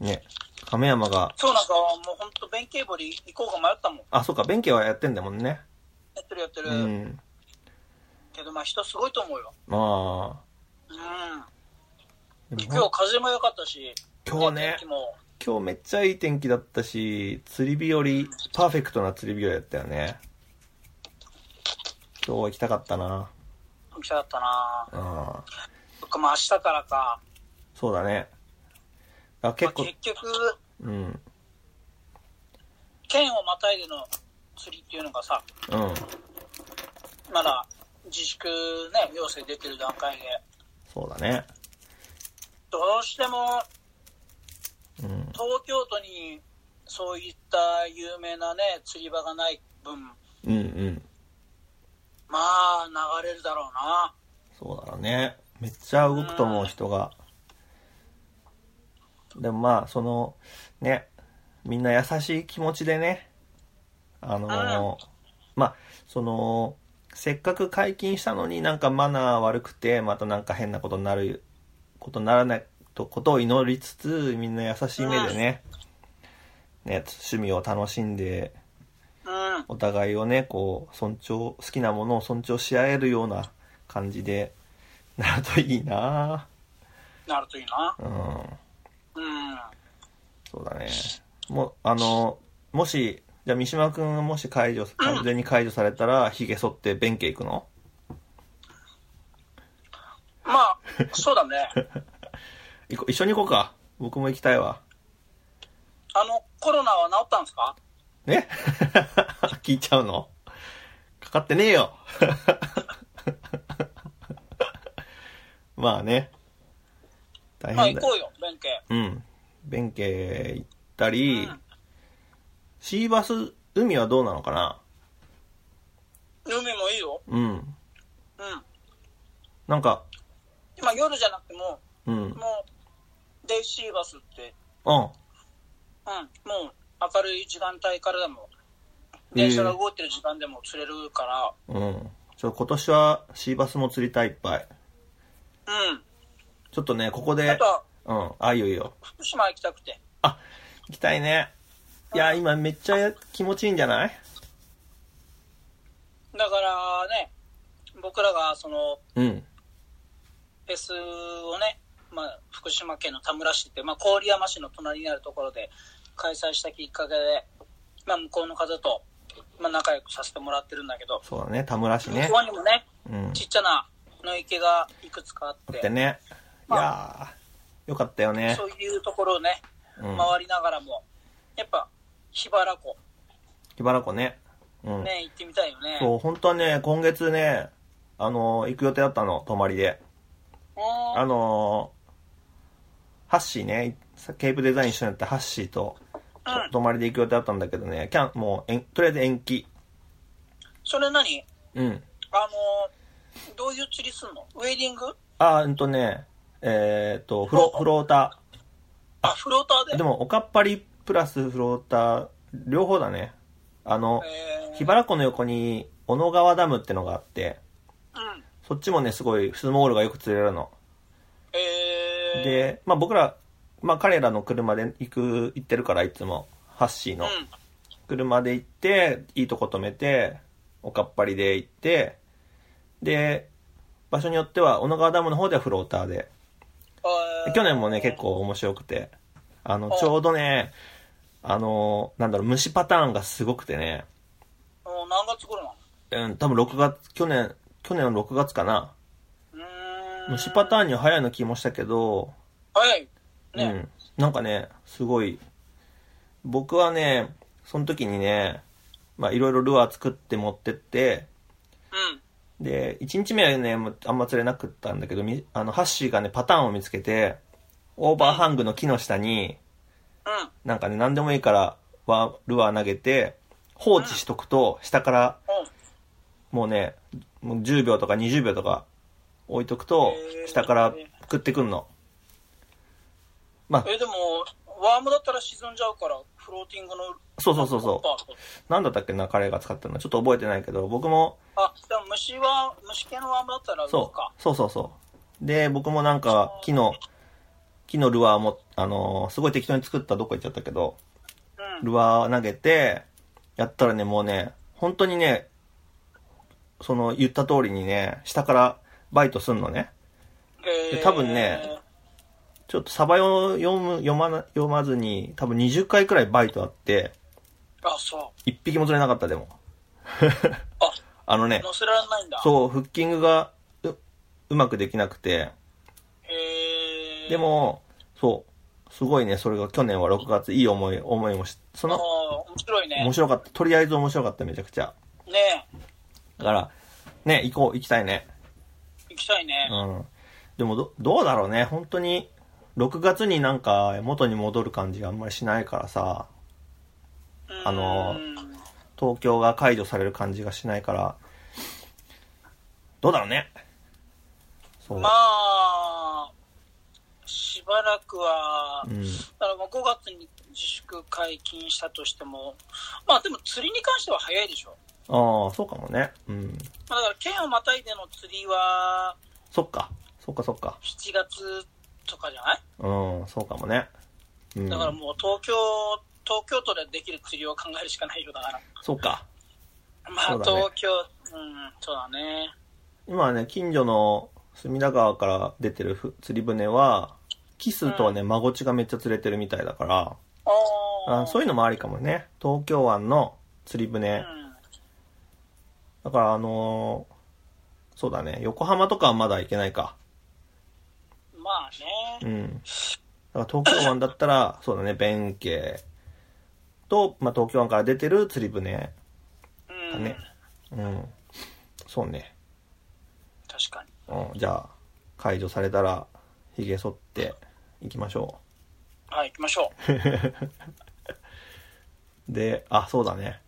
S2: ね、亀山が、
S3: 今日なんかもう本当弁慶堀行こうか迷ったもん。
S2: あ、そうか、弁慶はやってんだもんね。
S3: やってるやってる。
S2: うん。
S3: けどまあ人すごいと思うよ。
S2: ま
S3: うん。
S2: あ、でも
S3: 今日風も良かったし。
S2: 今日ね
S3: 天気も
S2: 今日めっちゃいい天気だったし、釣り日和、パーフェクトな釣り日和だったよね。今日は行きたかったな。
S3: 行きたかったな
S2: うん。
S3: そっかまあ明日からか。
S2: そうだね。あ結構
S3: まあ、、結局、
S2: うん。うん。
S3: 県をまたいでの釣りっていうのがさ、まだ自粛ね、要請出てる段階で、
S2: そうだね。
S3: どうしても
S2: うん。
S3: 東京都にそういった有名なね、釣り場がない分、
S2: うんうん。
S3: まあ流れるだろうな。
S2: そうだろうね。めっちゃ動くと思う人が。でもまあ、その、ね、みんな優しい気持ちでね、あのーまあ、その、せっかく解禁したのになんかマナー悪くて、またなんか変なことになる、ことにならないと、ことを祈りつつ、みんな優しい目でね、ね、趣味を楽しんで、
S3: うん。
S2: お互いをねこう尊重好きなものを尊重し合えるような感じでなるといいな
S3: なるといいな。
S2: うん
S3: うん。
S2: そうだねもうあのもしじゃあ三島君がもし解除完全に解除されたらひげ剃って弁慶行くの
S3: まあ、そうだ ね。
S2: 行こ一緒に行こうか僕も行きたいわ
S3: あの、コロナは治ったんですか
S2: ね 聞いちゃうのかかってねえよ まあね大
S3: まあ
S2: 変
S3: 行
S2: だよ
S3: こうよ、弁慶。
S2: うん。弁慶行ったり、
S3: うん
S2: シーバス海はどうなのかな
S3: 海もいいよ。
S2: うん。
S3: うん。
S2: なんか、
S3: 今夜じゃなくても、
S2: うん。うん。
S3: もう、デイシーバスって、うん、もう明るい時間帯からでも、電車が動いてる時間でも釣れるか
S2: うん。ちょ、今年はシーバスも釣りたいいっぱい。
S3: ら、うん。
S2: ちょっとね、ここ
S3: あ
S2: で
S3: と、は、
S2: うん。あ、いいよいいよ。
S3: 福島行きたくて。
S2: 行きたいね。いや、今めっちゃ気持ちいいんじゃない
S3: だからね、僕らがその、
S2: うん。
S3: フェスをね、まあ、福島県の田村市って、まあ、郡山市の隣にあるところで開催したきっかけで、まあ、向こうの方と、まあ、仲良くさせてもらってるんだけど、
S2: そうだね、田村市
S3: 向
S2: ね
S3: こ。うにもね、
S2: うん。
S3: ちっちゃな野池がいくつかあっ
S2: って
S3: て、
S2: ね。いやー、よかったよね。
S3: そういうところをね、
S2: うん。
S3: 回りながらも、やっぱ、桧原湖、
S2: 木原湖ね。うん。
S3: ね、行ってみたいよね。
S2: そう、本当はね、今月ね、あのー行く予定だったの、泊まりで。
S3: うん
S2: あのーハッシーね、さケープデザイン一緒にやったハッシーと、
S3: うん
S2: 泊まりで行く予定だったんだけどね、キャン、もうえん、とりあえず延期。
S3: それ何
S2: うん。
S3: あのーどういう釣りすんのウェディング
S2: あー、うんとね、えーっと、フロ、フロータ
S3: あ、フローターで
S2: ー。でも、おかっぱりプラスフローター、両方だね。あの、
S3: えー
S2: 桧原湖の横に、小野川ダムってのがあって、
S3: うん。
S2: そっちもね、すごいスモールがよく釣れるの。
S3: えー、
S2: で、まあ僕ら、まあ彼らの車で行く、行ってるからいつも、ハッシー
S3: う
S2: の。
S3: ん。
S2: 車で行って、いいとこ止めて、おかっぱりで行って、で、場所によっては、小野川ダムの方ではフローターで。
S3: あ
S2: で
S3: ー
S2: 去年もね、結。構面白くて、あの、ちょうどね、あの、なんだろう、虫パターンがすごくてね、
S3: うん何月頃なの
S2: うん、多分6月、去年、去年の6月かな。
S3: うーん。
S2: 虫パタ
S3: ン。
S2: ーンには早いの気もしたけど、
S3: はい。
S2: う
S3: ね。
S2: ん。なんかね、すごい、僕はね、その時にね、まあ、いろいろルアー作って持ってって、
S3: うん。
S2: で、1日目はね、もうあんま釣れなかったんだけど、みあの、ハッシーがね、パターンを見つけて、オーバーハングの木の下に、
S3: うん。
S2: なんかね、何でもいいから、わルアー投げて、放置しとくと、下から、
S3: うん。
S2: もうね、もう10秒とか20秒とか置いとくと
S3: へ、ー
S2: 下から食ってくんの。まあ、
S3: え、でも、ワームだったら沈んじゃうから、フローティングの。
S2: そうそうそうそう。
S3: う。
S2: なんだったっけな、彼が使ったの。ちょっと覚えてないけど、僕も、
S3: あ、でも虫は、虫系のワームだったら動
S2: そ
S3: くか。
S2: う、そうそうそう。で、僕もなんか、木の、木のルアーも、あのーすごい適当に作ったどっか行っちゃったけど、
S3: うん。
S2: ルアー投げて、やったらね、もうね、本当にね、その言った通りにね、下からバイトすんのね。
S3: え
S2: で多分ね。ちょっとサバを読む、読まな、読まずに、多分20回くらいバイトあって、
S3: あ、そ
S2: 1匹も釣れなかったでも。
S3: う。あ、
S2: あのね、
S3: 乗せられないんだ。う。
S2: そう、フッキングがう、うまくできなくて、
S3: へー
S2: で、も、そう、すごいね、それが去年は6月、いい思い、思いもし、そ
S3: あー
S2: の、
S3: 面白いね。
S2: 面白かった、とりあえず面白かった、めちゃくちゃ。
S3: ね
S2: だから、ね、行こう、行きたいね。
S3: え行きたいね。
S2: うん。でもど、どうだろうね、本当に、6月になんか元に戻る感じがあんまりしないからさ、あのー
S3: うん
S2: 東京が解除される感じがしないから、どうだろうね。そう。
S3: まあ、しばらくは、
S2: うん。
S3: だからまあ5月に自粛解禁したとしても、まあでも釣りに関しては早いでしょ。
S2: ああ、そうかもね。うん。
S3: まあ、だから県をまたいでの釣りは
S2: そっか。そっかそっか。
S3: 7月とかじゃない
S2: うん、そうかもね。うん。
S3: だからもう東京、東京都でできる釣りを考えるしかないよだから。
S2: そっか。
S3: まあ
S2: そうだね
S3: 東京、うん、そうだね。
S2: 今はね、近所の隅田川から出てるふ釣り船は、キスとね、マゴチがめっちゃ釣れてるみたいだから、
S3: あ
S2: あそうい
S3: い
S2: うのもありかもね。東京湾の釣り
S3: う
S2: 船。
S3: ん。
S2: だからあのーそうだね、横浜とかはまだ行けないか。
S3: まあね。
S2: うん。だから東京湾だったら、そうだね、弁慶と、まあ、東京湾から出てる釣り船。
S3: う
S2: だ
S3: ん。
S2: ねうん。そうね。
S3: 確かに。
S2: うん。じゃあ、解除されたら、髭剃って行きましょう。
S3: はい、行きま しょう。
S2: で、あ、そうだね。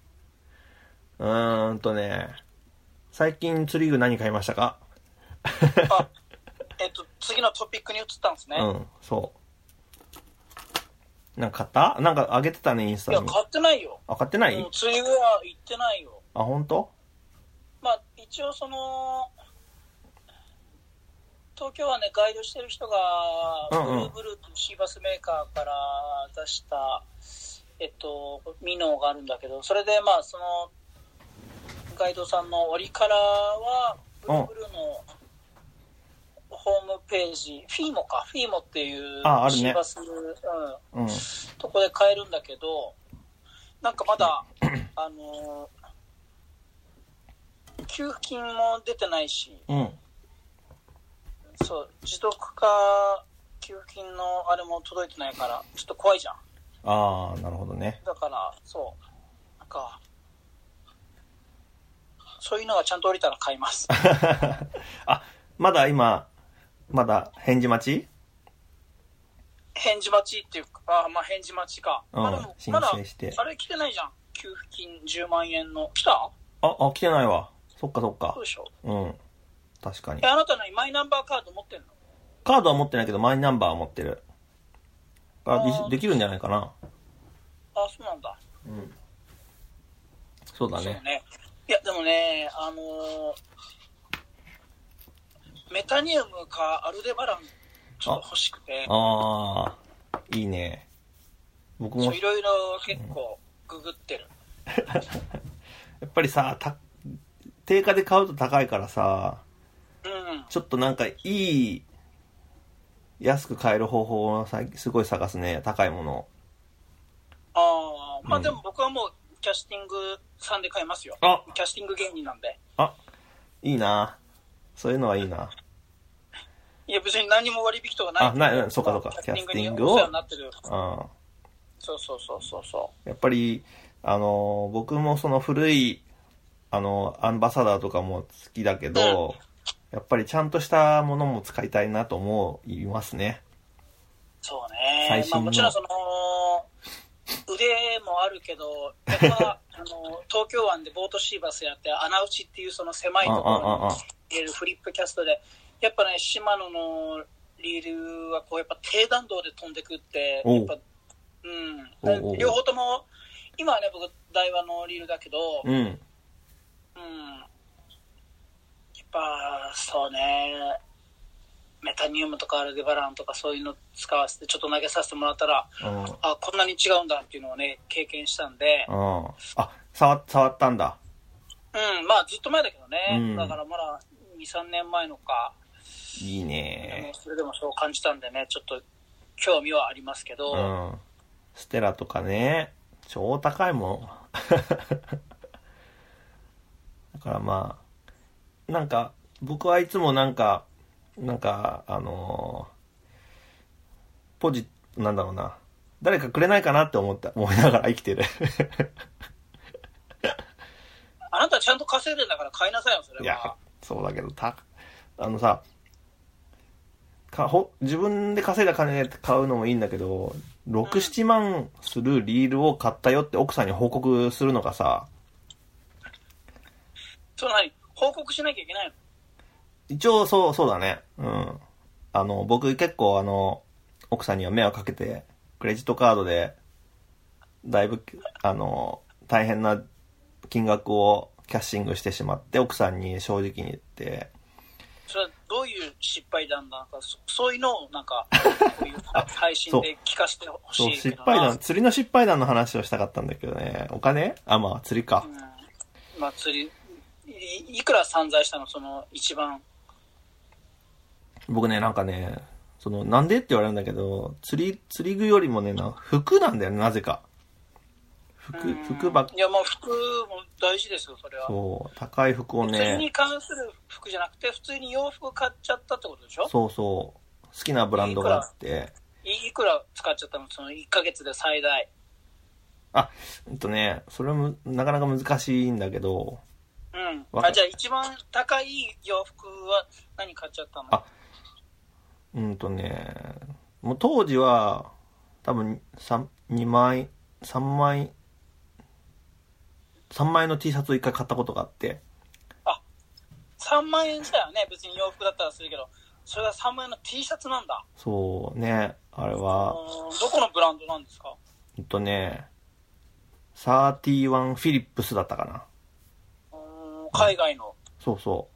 S2: うーんとね、最近釣り具何買いましたか、
S3: あえっと、次のトピックに移ったんですね。
S2: うん、そう。なんか買ったなんかあげてたね、インス
S3: い
S2: タ
S3: や、
S2: に。
S3: 買ってないよ。
S2: あ、買ってない、
S3: もう釣り具は行ってないよ。
S2: あ、本当？
S3: まあ、一応その、東京はね、ガイドしてる人が、
S2: うんうん
S3: ブルーブルーとシーバスメーカーから出した、えっと、ミノーがあるんだけど、それでまあ、その、ガイドさんの折からは、ブルーブルーのホームページ、フィーモか、フィーモっていう
S2: ああるね
S3: シーバス、うん、
S2: うん。
S3: とこで買えるんだけど、なんかま だ、あのー給付金も出てないし、
S2: うん。
S3: そう、持続化給付金のあれも届いてないから、ちょっと怖いじゃん。
S2: あー、なるほどね。
S3: だから、そう、なんか、そういうのがちゃんと降りたら買 います。
S2: あ、まだ今、まだ返事待ち
S3: 返事待ちっていうか、あまあ返事待ちか。
S2: うん
S3: まあでも
S2: 申
S3: まだ
S2: 請して
S3: あれ来てないじゃん。給付金10万円の。来た
S2: あ、あ、来てないわ。そっかそっか
S3: そう。でしょ
S2: うん。確かに
S3: え、。あなた何マイナンバーカード持ってんの
S2: カードは持ってないけど、マイナンバーは持ってる。あ、
S3: あー
S2: でできるんじゃないかな。
S3: あ、そうなんだ。
S2: うん。そうだ
S3: そう
S2: ね。
S3: ね。いや、でもね、あのーメタニウムかアルデバランちょっと欲しくて、
S2: ああ、いいね。僕
S3: そ
S2: も
S3: うい、ろいろ結構ググってる。
S2: やっぱりさ、た定価で買うと高いからさ、
S3: うん。
S2: ちょっとなんかいい、安く買える方法をさすごい探すね。高いものを。
S3: ああ、ま
S2: う
S3: あ
S2: ん
S3: でも僕はもうキャスティングさんで買いますよ。
S2: あ
S3: キャスティング芸人なんで。
S2: いいな。そういうのはいいな。
S3: いや別に何も割引とかないけど。
S2: あないないそうかそうか
S3: キャスティン
S2: キャス
S3: グ
S2: ティン
S3: に
S2: グを
S3: お世話になってる。
S2: うん。
S3: そうそうそうそうそ
S2: やっぱり、あのー僕もその古い、あのーアンバサダーとかも好きだけど、やっぱりちゃんとしたものも使いたいなと思いますね。
S3: う。そうね。
S2: 最新の
S3: まあもちろんその、腕もあるけど、やっ ぱ、あの、東京湾でボートシーバスやって、穴打ちっていうその狭い
S2: あ
S3: ところに
S2: あ、ああ、
S3: 入れるフリップキャストで、やっぱね、島野のリールはこう、やっぱ低弾道で飛んでくって、
S2: おう
S3: や
S2: お
S3: っぱ、
S2: うお
S3: う。
S2: うん
S3: 両方とも、今はね、僕、台湾のリールだけど、
S2: うん。
S3: うん。やっぱ、そうね、メタニウムとかアルデバランとかそういうの使わせて、ちょっと投げさせてもらったら、
S2: うん。うん。
S3: あ、こんなに違うんだっていうのをね、経験したんで、
S2: あ、触、触ったんだ。
S3: うん、まあずっと前だけどね、
S2: うん
S3: だからまだ2、3年前のか、
S2: いい
S3: で
S2: ね
S3: も。それでもそう感じたんでね、ちょっと興味はありますけど、
S2: うん。ステラとかね、超高いもん。 だからまあ、なんか、僕はいつもなんか、なんか、あのーポジ、なんだろうな、誰かくれないかなって思った、思いながら生きてる。
S3: あなたちゃんと稼いでんだから買いなさいよ、そ
S2: い
S3: れ
S2: や
S3: は。、
S2: そうだけど、た、あのさ、かほ自分で稼いだ金で買うのもいいんだけど、6、7万するリールを買ったよって奥さんに報告するのがさ、
S3: その何報告しなきゃいけないの
S2: 一応そう、そうだね。うん。あの、僕結構あの、奥さんには迷惑かけて、クレジットカードで、だいぶ、あの、大変な金額をキャッシングしてしまって、奥さんに正直に言って、
S3: それはどういう失敗談なんか、そそういうのをなんか、こういう配信 で聞かせてほし
S2: そう、
S3: いけ
S2: 失
S3: どな
S2: 敗談、釣りの失敗談の話をしたかったんだけどね。お金あ、まあ、釣りか
S3: う。ん。まあ、釣り、いいくら散財したの、その一番。
S2: 僕ね、なんかね、その、なんでって言われるんだけど、釣り、釣り具よりもね、な服なんだよね、なぜか。
S3: う
S2: 服、
S3: ん
S2: 服ばっか
S3: いや、まあ、服も大事ですよ、それは。
S2: そう、高い服を
S3: 釣り
S2: ね
S3: に、関する服じゃなくて、普通に洋服買っちゃったってことでしょ
S2: そうそう、好きなブランドがあって、
S3: いくら使っちゃったのその1ヶ月で最大。
S2: うんとね、それもなかなか難しいんだけど、
S3: うん。
S2: わか
S3: あ、じゃあ一番高い洋服は何買っちゃったの
S2: あうんとね、もう当時は、多分三2枚、3枚、3枚の T シャツを1回買ったことがあって、
S3: ?3 万円自体はね、別に洋服だったらするけど、それが3万円の T シャツなんだ。
S2: そうね、あれ
S3: う
S2: は、
S3: んどこのブランドなんですか
S2: うんとね、31フィリップスだったかな。
S3: うん海外の。
S2: そうそ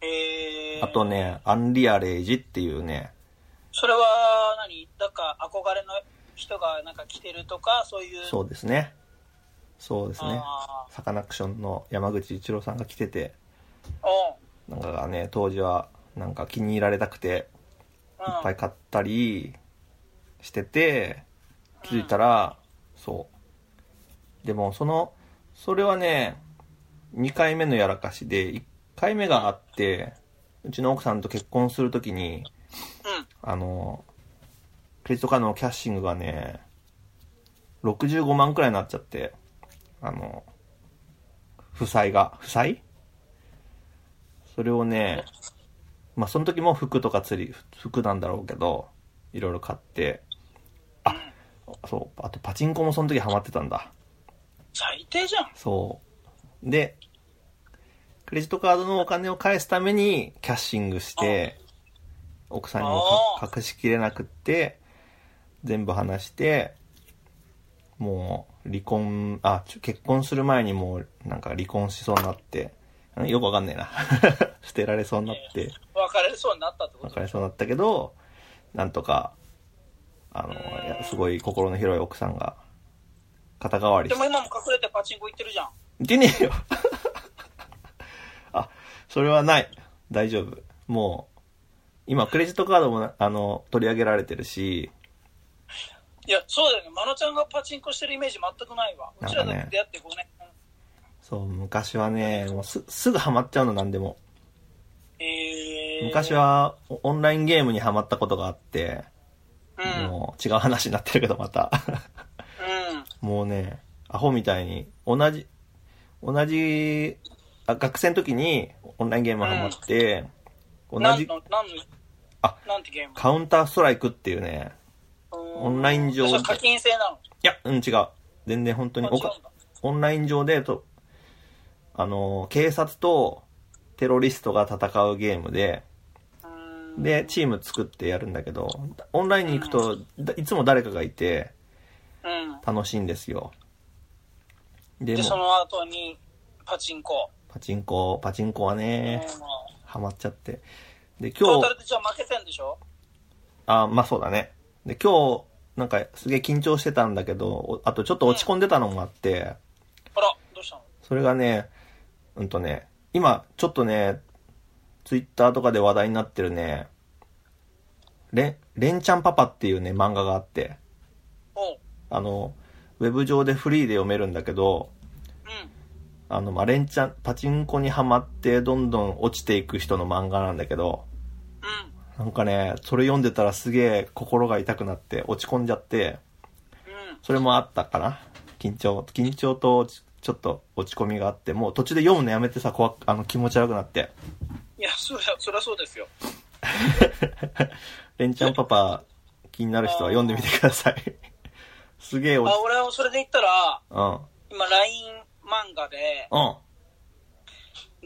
S3: え
S2: う。
S3: ー、
S2: あとね、アンリアレージっていうね、
S3: それは何、なんか憧れの人がなんか着てるとか、そういう。
S2: そうですね。そうですね。
S3: あ
S2: サカナクションの山口一郎さんが来てて、
S3: ーう
S2: なんかがね、当時はなんか気に入られたくて、
S3: ん。
S2: いっぱ
S3: い。
S2: い買ったりしてて、気づいたら、そう。でも、その、それはね、2回目のやらかしで、1回目があって、うちの奥さんと結婚するときに、
S3: うん。
S2: あの、クレジットカードのキャッシングがね、65万くらいになっちゃって、あの、負債が、負債それをね、まあその時も服とか釣り、服なんだろうけど、いろいろ買って、あ、そう、あとパチンコもその時ハマってたんだ。
S3: 最低じゃん。
S2: そう。で、クレジットカードのお金を返すためにキャッシングして、奥さんにもか隠しきれなくって、全部話して、もう離婚、あ、ちょ結婚する前にもうなんか離婚しそうになって、うんよくわかんねえな。 捨てられそうになって、
S3: 別れそうになったってこと
S2: 別れそうになったけど、なんとか、あの、いやすごい心の広い奥さんが、肩代わり
S3: で
S2: し
S3: も今も隠れてパチンコ行ってるじゃん。
S2: いけねえよ。 あ、それはない。大丈夫。もう、今、クレジットカードもな、あの、取り上げられてるし、
S3: いや、そうだよね。まのちゃんがパチンコしてるイメージ全くないわ。うちらだ
S2: なん
S3: っ
S2: かね
S3: て出会って5年。
S2: そう、昔はね、もうす、すぐハマっちゃうの、なんでも。
S3: えー、
S2: 昔、は、オオンラインゲームにハマったことがあって、
S3: うん、うん。
S2: もう、違う話になってるけど、また。もうね、アホみたいに、同じ、同じ、あ学生の時にオンラインゲームハマって、同
S3: 何
S2: じ
S3: の、何の、
S2: あ
S3: なんてゲーム
S2: カウンターストライクっていうね、
S3: オ
S2: オンライン上
S3: で。課金制なの。
S2: いや、うん、違う。全然本当に
S3: あ
S2: お
S3: 違
S2: か
S3: うんだ
S2: オンライン上でと、あのー、警察とテロリストが戦うゲームで、
S3: うーん
S2: で、チーム作ってやるんだけど、オンラインに行くと、だいつも誰かがいて
S3: う
S2: 楽しいんですよ。で
S3: ん。で、そ
S2: も、
S3: の後に、パチンコ。
S2: パチンコ、パチンコは
S3: うん
S2: ね、ハマっちゃって。で、
S3: ト
S2: 今
S3: ータ
S2: 日
S3: ル、でじゃあ負けてんでしょ
S2: あ、まあそうだね。で、今日、なんかすげえ緊張してたんだけど、おあとちょっと落ち込んでたのもあって、
S3: あら、どうしたの
S2: それがね、うんとね、今、ちょっとね、ツイッターとかで話題になってるね、れん、れんちゃんパパっていうね、漫画があって、
S3: おう。
S2: あの、ウェブ上でフリーで読めるんだけど、
S3: うん。
S2: あの、まあ、レンチャン、パチンコにはまってどんどん落ちていく人の漫画なんだけど、なんかね、それ読んでたらすげえ心が痛くなって落ち込んじゃって、
S3: うん。うん。
S2: それもあったかな緊張緊張とちちょっと落ち込みがあってもう途中で読むのやめてさ怖くあの気持ち悪くなって
S3: いや、そうや、そりゃそうですよ。
S2: 「レンちゃんパパ気になる人は読んでみてください」 すげえ落
S3: あ、
S2: ち
S3: 俺はそれで言ったら、
S2: うん
S3: 今、LINE 漫画で、
S2: うん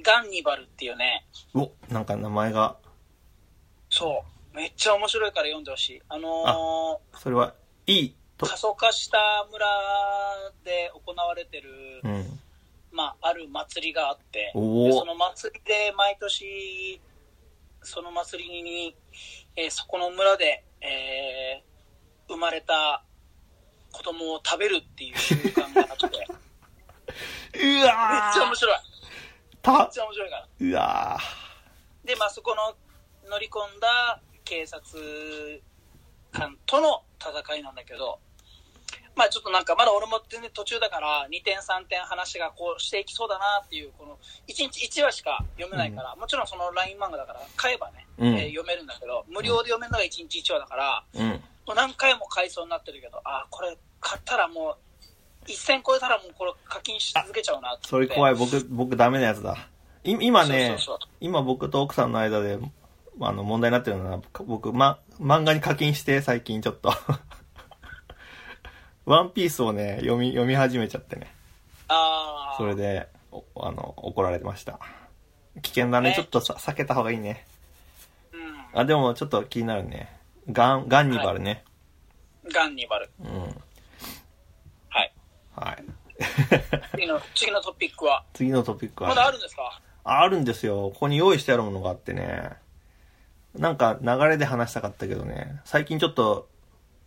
S3: ガンニバルっていうね、
S2: うおなんか名前が
S3: そう。めっちゃ面白いから読んでほしい。あの
S2: それはいい
S3: ー、
S2: と
S3: 過疎化した村で行われてる、
S2: うん
S3: まあ、ある祭りがあって、
S2: おー
S3: でその祭りで毎年、その祭りに、えーそこの村で、えー生まれた子供を食べるっていう習慣があって、めっ
S2: うわ
S3: ちゃ面白い。めったちゃ面白いから。
S2: うわー
S3: で、まあ、そこの乗り込んだ警察官との戦いなんだけど、まあ、ちょっとなんか、まだ俺も全然途中だから、2点3点話がこうしていきそうだなっていう、この、1日1話しか読めないから、もちろんその LINE 漫画だから、買えばね、
S2: うん
S3: えー読めるんだけど、無料で読めるのが1日1話だから、
S2: うん
S3: もう何回も買いそうになってるけど、あー、これ買ったらもう、1000超えたらもうこれ課金し続けちゃうなって。
S2: それ怖
S3: い。
S2: い僕僕ダメなやつだい今ね
S3: そうそうそう
S2: 今僕と奥さんの間であの問題になってるのは僕、ま、漫画に課金して最近ちょっと ワンピースをね読み読み始めちゃってね
S3: あー
S2: それでおあの怒られてました危険だね
S3: ね
S2: ちょっとさ避けた方がいいね
S3: うん。
S2: あでもちょっと気になるねガンガンニバルね、
S3: ガンニバル。
S2: うん
S3: はい。
S2: はい
S3: 次の、次のトピックは。
S2: 次のトピックは
S3: ま
S2: ね、
S3: だあるんですか
S2: あるんですよ。ここに用意してあるものがあってね。なんか流れで話したかったけどね。最近ちょっと、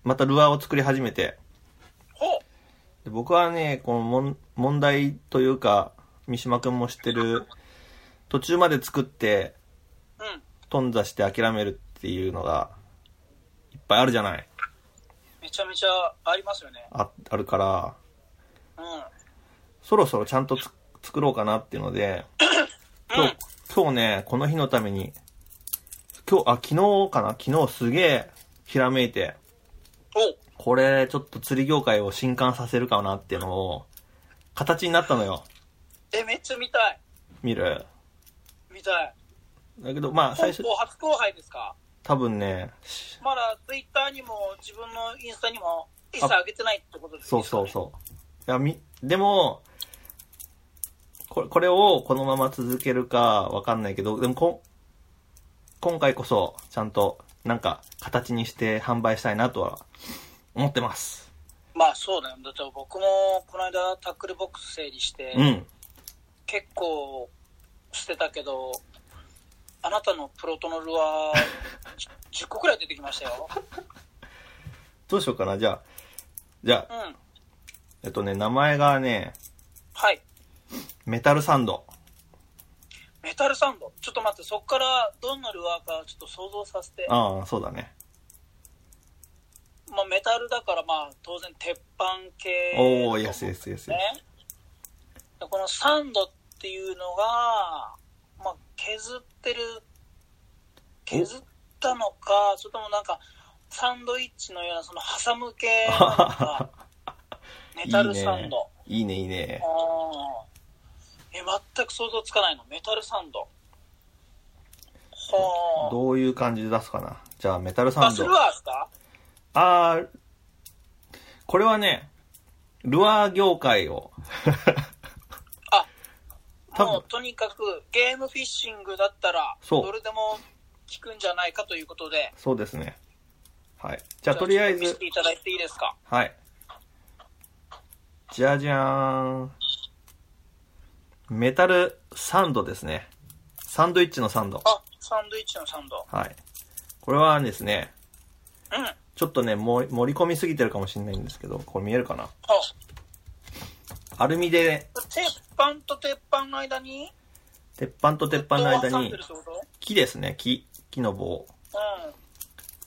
S2: またルアーを作り始めて。
S3: ほう。
S2: で僕はね、このもん問題というか、三島くんも知ってる、途中まで作って、
S3: うん。
S2: 頓挫して諦めるっていうのが、いっぱいあるじゃない。
S3: めちゃめちゃありますよね。
S2: あ、あるから、
S3: うん。
S2: そろそろちゃんとつ作ろうかなっていうので、今日、今日ね、この日のために、今日、あ、昨日かな昨日すげえ、ひらめいて、
S3: おう。
S2: これ、ちょっと釣り業界を震撼させるかなっていうのを、形になったのよ。
S3: え、めっちゃ見たい。
S2: 見る。
S3: 見たい。
S2: だけど、まあ、最
S3: 高
S2: 初、
S3: 校初後輩ですか
S2: 多分ね、し
S3: まだツイッターにも自分のインスタにも一切上げてないってことです
S2: そ
S3: よ
S2: う
S3: ね。
S2: そうそう。いや、み、でも、これ、これをこのまま続けるかわかんないけど、でもこ、今回こそ、ちゃんと、なんか、形にして販売したいなとは、思ってます。
S3: まあそうだよ。だって僕もこの間タックルボックス整理して、
S2: うん。
S3: 結構してたけど、あなたのプロトのルアー、10個くらい出てきました よ。
S2: どうしようかな、じゃあ。じゃ
S3: う
S2: あ、
S3: ん。
S2: えっとね、名前がね、
S3: はい。
S2: メタルサンド。
S3: メタルサンド。ちょっと待って、そこからどんなルアーかちょっと想像させて。
S2: ああ、そうだね。
S3: まあ、メタルだから、まあ、当然、鉄板系。
S2: おー、イエスイエスイエス。
S3: ね。でこのサンドっていうのが、まあ、削ってる、削ったのか、それともなんか、サンドイッチのような、その挟む系なの か、メタルサンド。
S2: いいね、いいね。
S3: あーえ、全く想像つかないの。メタルサンド。は
S2: どういう感じで出すかな。じゃあ、メタル
S3: あ。
S2: サ
S3: バ
S2: ン
S3: ス
S2: ド
S3: ル。アーですか
S2: あー、これはね、ルアー業界 を。多分
S3: もうとにかくゲームフィッシングだったら、
S2: そう
S3: どれでも効くんじゃないかということで、
S2: そうですね。はい。じゃあ、とりあえ
S3: ちょっ見せ
S2: ず
S3: て、いただいていいですか。
S2: はい。じゃじゃーん。メタルサンドですね。サンドイッチのサンド。
S3: あ、サンドイッチのサンド。
S2: はい。これはですね、
S3: うん。あ、
S2: ちょっとね、盛り盛り込みすぎてるかもしれないんですけど、これ見えるかなアルミで、
S3: 鉄板と鉄板の間に
S2: 鉄板と鉄板の間
S3: 鉄板を挟ん
S2: に
S3: でる、ってこと
S2: 木ですね、木。木の棒。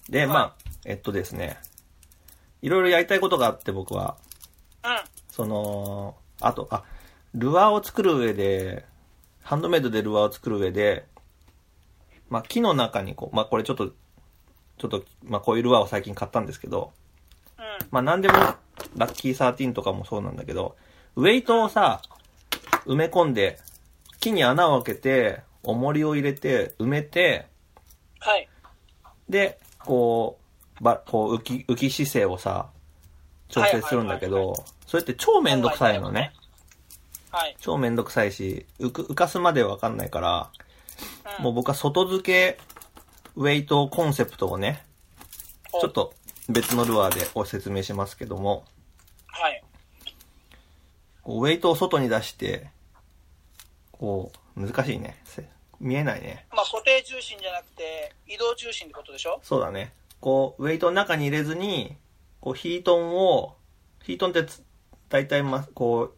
S3: うん。
S2: で、
S3: はい
S2: まあ、えっとですね、いろいろやりたいことがあって僕は、
S3: うん。
S2: その、あと、あ、ルアーを作る上で、ハンドメイドでルアーを作る上で、まあ、木の中にこう、まあ、これちょっと、ちょっと、まあ、こういうルアーを最近買ったんですけど、
S3: うん。
S2: まあ、なんでも、ラッキー13とかもそうなんだけど、ウェイトをさ、埋め込んで、木に穴を開けて、重りを入れて、埋めて、
S3: はい。
S2: で、こう、ば、こう、浮き、浮き姿勢をさ、調整するんだけ
S3: はいは
S2: ど、それって超めんどくさいのね。
S3: はい。
S2: 超めんどくさいし、浮く、浮かすまでわかんないから、
S3: うん
S2: もう僕は外付け、ウェイトコンセプトをね、ちょっ。と別のルアーでお説明しますけども、
S3: おはい。
S2: こうウェイトを外に出して、こう、難しいね。せ見えないね。
S3: まあ、固定重心じゃなくて、移動重心ってことでしょ
S2: そうだね。こう、ウェイトの中に入れずに、こう、ヒートンを、ヒートンってつ、大体ま、こう、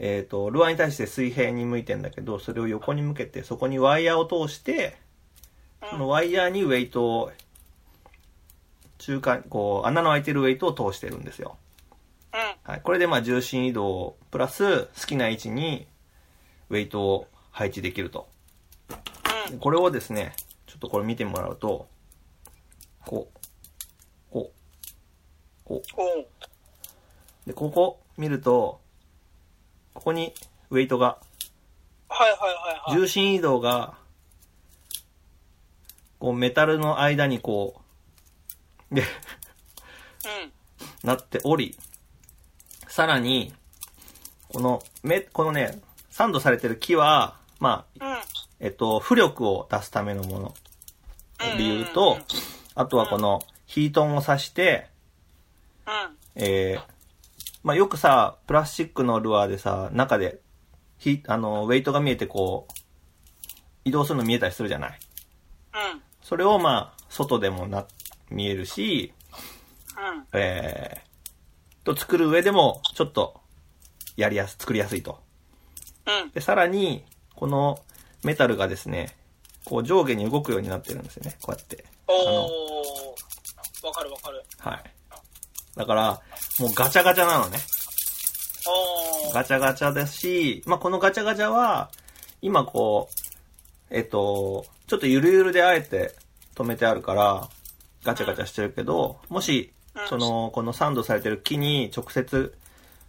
S2: えっ、と、ルアーに対して水平に向いてんだけど、それを横に向けて、そこにワイヤーを通して、
S3: うん。
S2: そ
S3: うん。
S2: のワイヤーにウェイトを、中間、こう、穴の開いてるウェイトを通してるんですよ。はい。これでまあ重心移動、プラス好きな位置にウェイトを配置できると。
S3: う
S2: で
S3: ん。
S2: これをですね、ちょっとこれ見てもらうと、こう、こう、こ
S3: おう
S2: う。で、ここ見ると、ここにウェイトが、
S3: はいはいはいはい。
S2: 重心移動が、こうメタルの間にこう、 で、
S3: うん。
S2: なっており、さらに、この、め、このね、サンドされてる木は、まあ、
S3: うん。
S2: えっと、浮力を出すためのもの。
S3: うん
S2: 理由と、あとはこの、ヒートンを刺して、
S3: うん。
S2: えー、まあよくさ、プラスチックのルアーでさ、中で、ひ、あの、ウェイトが見えてこう、移動するの見えたりするじゃない。
S3: うん。
S2: それをまあ、外でもな、見えるし、
S3: うん。
S2: えー、と作る上でも、ちょっと、やりやす、作りやすいと。
S3: うん。
S2: で、さらに、このメタルがですね、こう上下に動くようになってるんですよね。こうやって。
S3: おー。わかるわかる。
S2: はい。だから、もうガチャガチャなのね。
S3: おー。
S2: ガチャガチャだし、まあ、このガチャガチャは、今こう、えっと、ちょっとゆるゆるであえて止めてあるから、ガチャガチャしてるけど、もし、その、このサンドされてる木に直接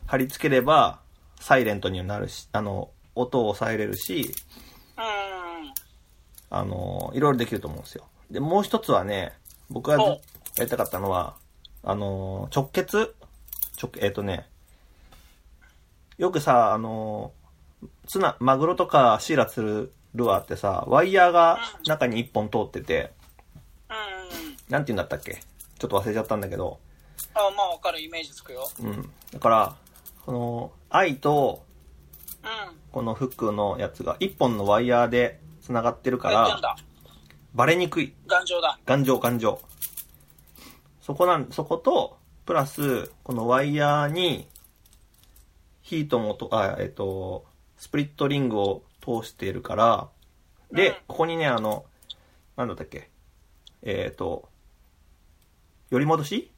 S2: 貼り付ければ、サイレントにもなるし、あの、音を抑えれるし、
S3: うん。
S2: あの、いろいろできると思うんですよ。で、もう一つはね、僕がず
S3: お
S2: やりたかったのは、あの、直結直、えっ、とね、よくさ、あの、ツナ、マグロとかシイラ釣るルアーってさ、ワイヤーが中に一本通ってて、
S3: うん。
S2: なんて言うんだったっけちょっと忘れちゃったんだけど、
S3: あまあわかるイメージつくよ
S2: うん。だから、この、愛と、
S3: うん。
S2: このフックのやつが1本のワイヤーで繋がってるか
S3: やってん
S2: ら、
S3: だ。
S2: バレにくい。
S3: 頑丈だ。
S2: 頑丈、頑丈。そこなん、そこと、プラス、このワイヤーに、ヒートもと、あ、えっと、スプリットリングを通しているから、
S3: うん
S2: で、ここにね、あの、なんだったっけ、えっと、寄り戻し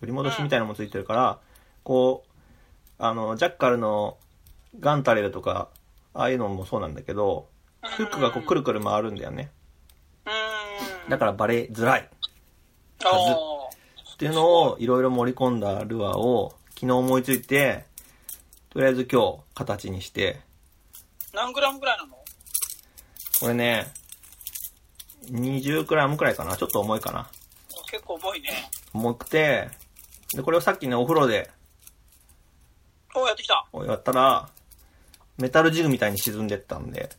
S2: 寄り戻しみたいなのもついてるから、こう、あの、ジャッカルのガンタレルとか、ああいうのもそうなんだけど、フックがこうく
S3: る。
S2: るくる回るんだよね。
S3: うん。
S2: だ
S3: か
S2: からバレづらい。
S3: らおー
S2: っていうのをいろいろ盛り込んだルアーを昨日思いついて、とりあえず今日形にして、
S3: 何グラムぐらいなの
S2: これね、20グラムくらいかなちょっと重いかな
S3: 結構重いね。
S2: 重くて、で、これをさっきね、お風呂で
S3: おーやってきた。
S2: やったら、メタルジグみたいに沈んでったんで、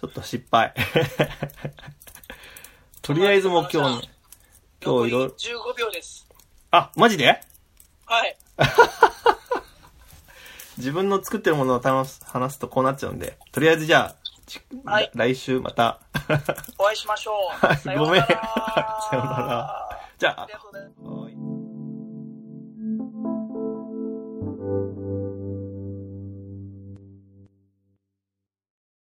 S2: ちょっと失敗。 とりあえずもう今日ね、今日いろいろ
S3: 残、り15秒です。
S2: あ、マジで
S3: はい。
S2: 自分の作ってるものを話す話すとこうなっちゃうんで、とりあえずじゃあ、ち
S3: はい
S2: 来週また。
S3: お会いしましょう。さよう
S2: ごめん
S3: なら
S2: さようならじゃ
S3: あ
S2: あ
S3: りがとうございます。
S2: はい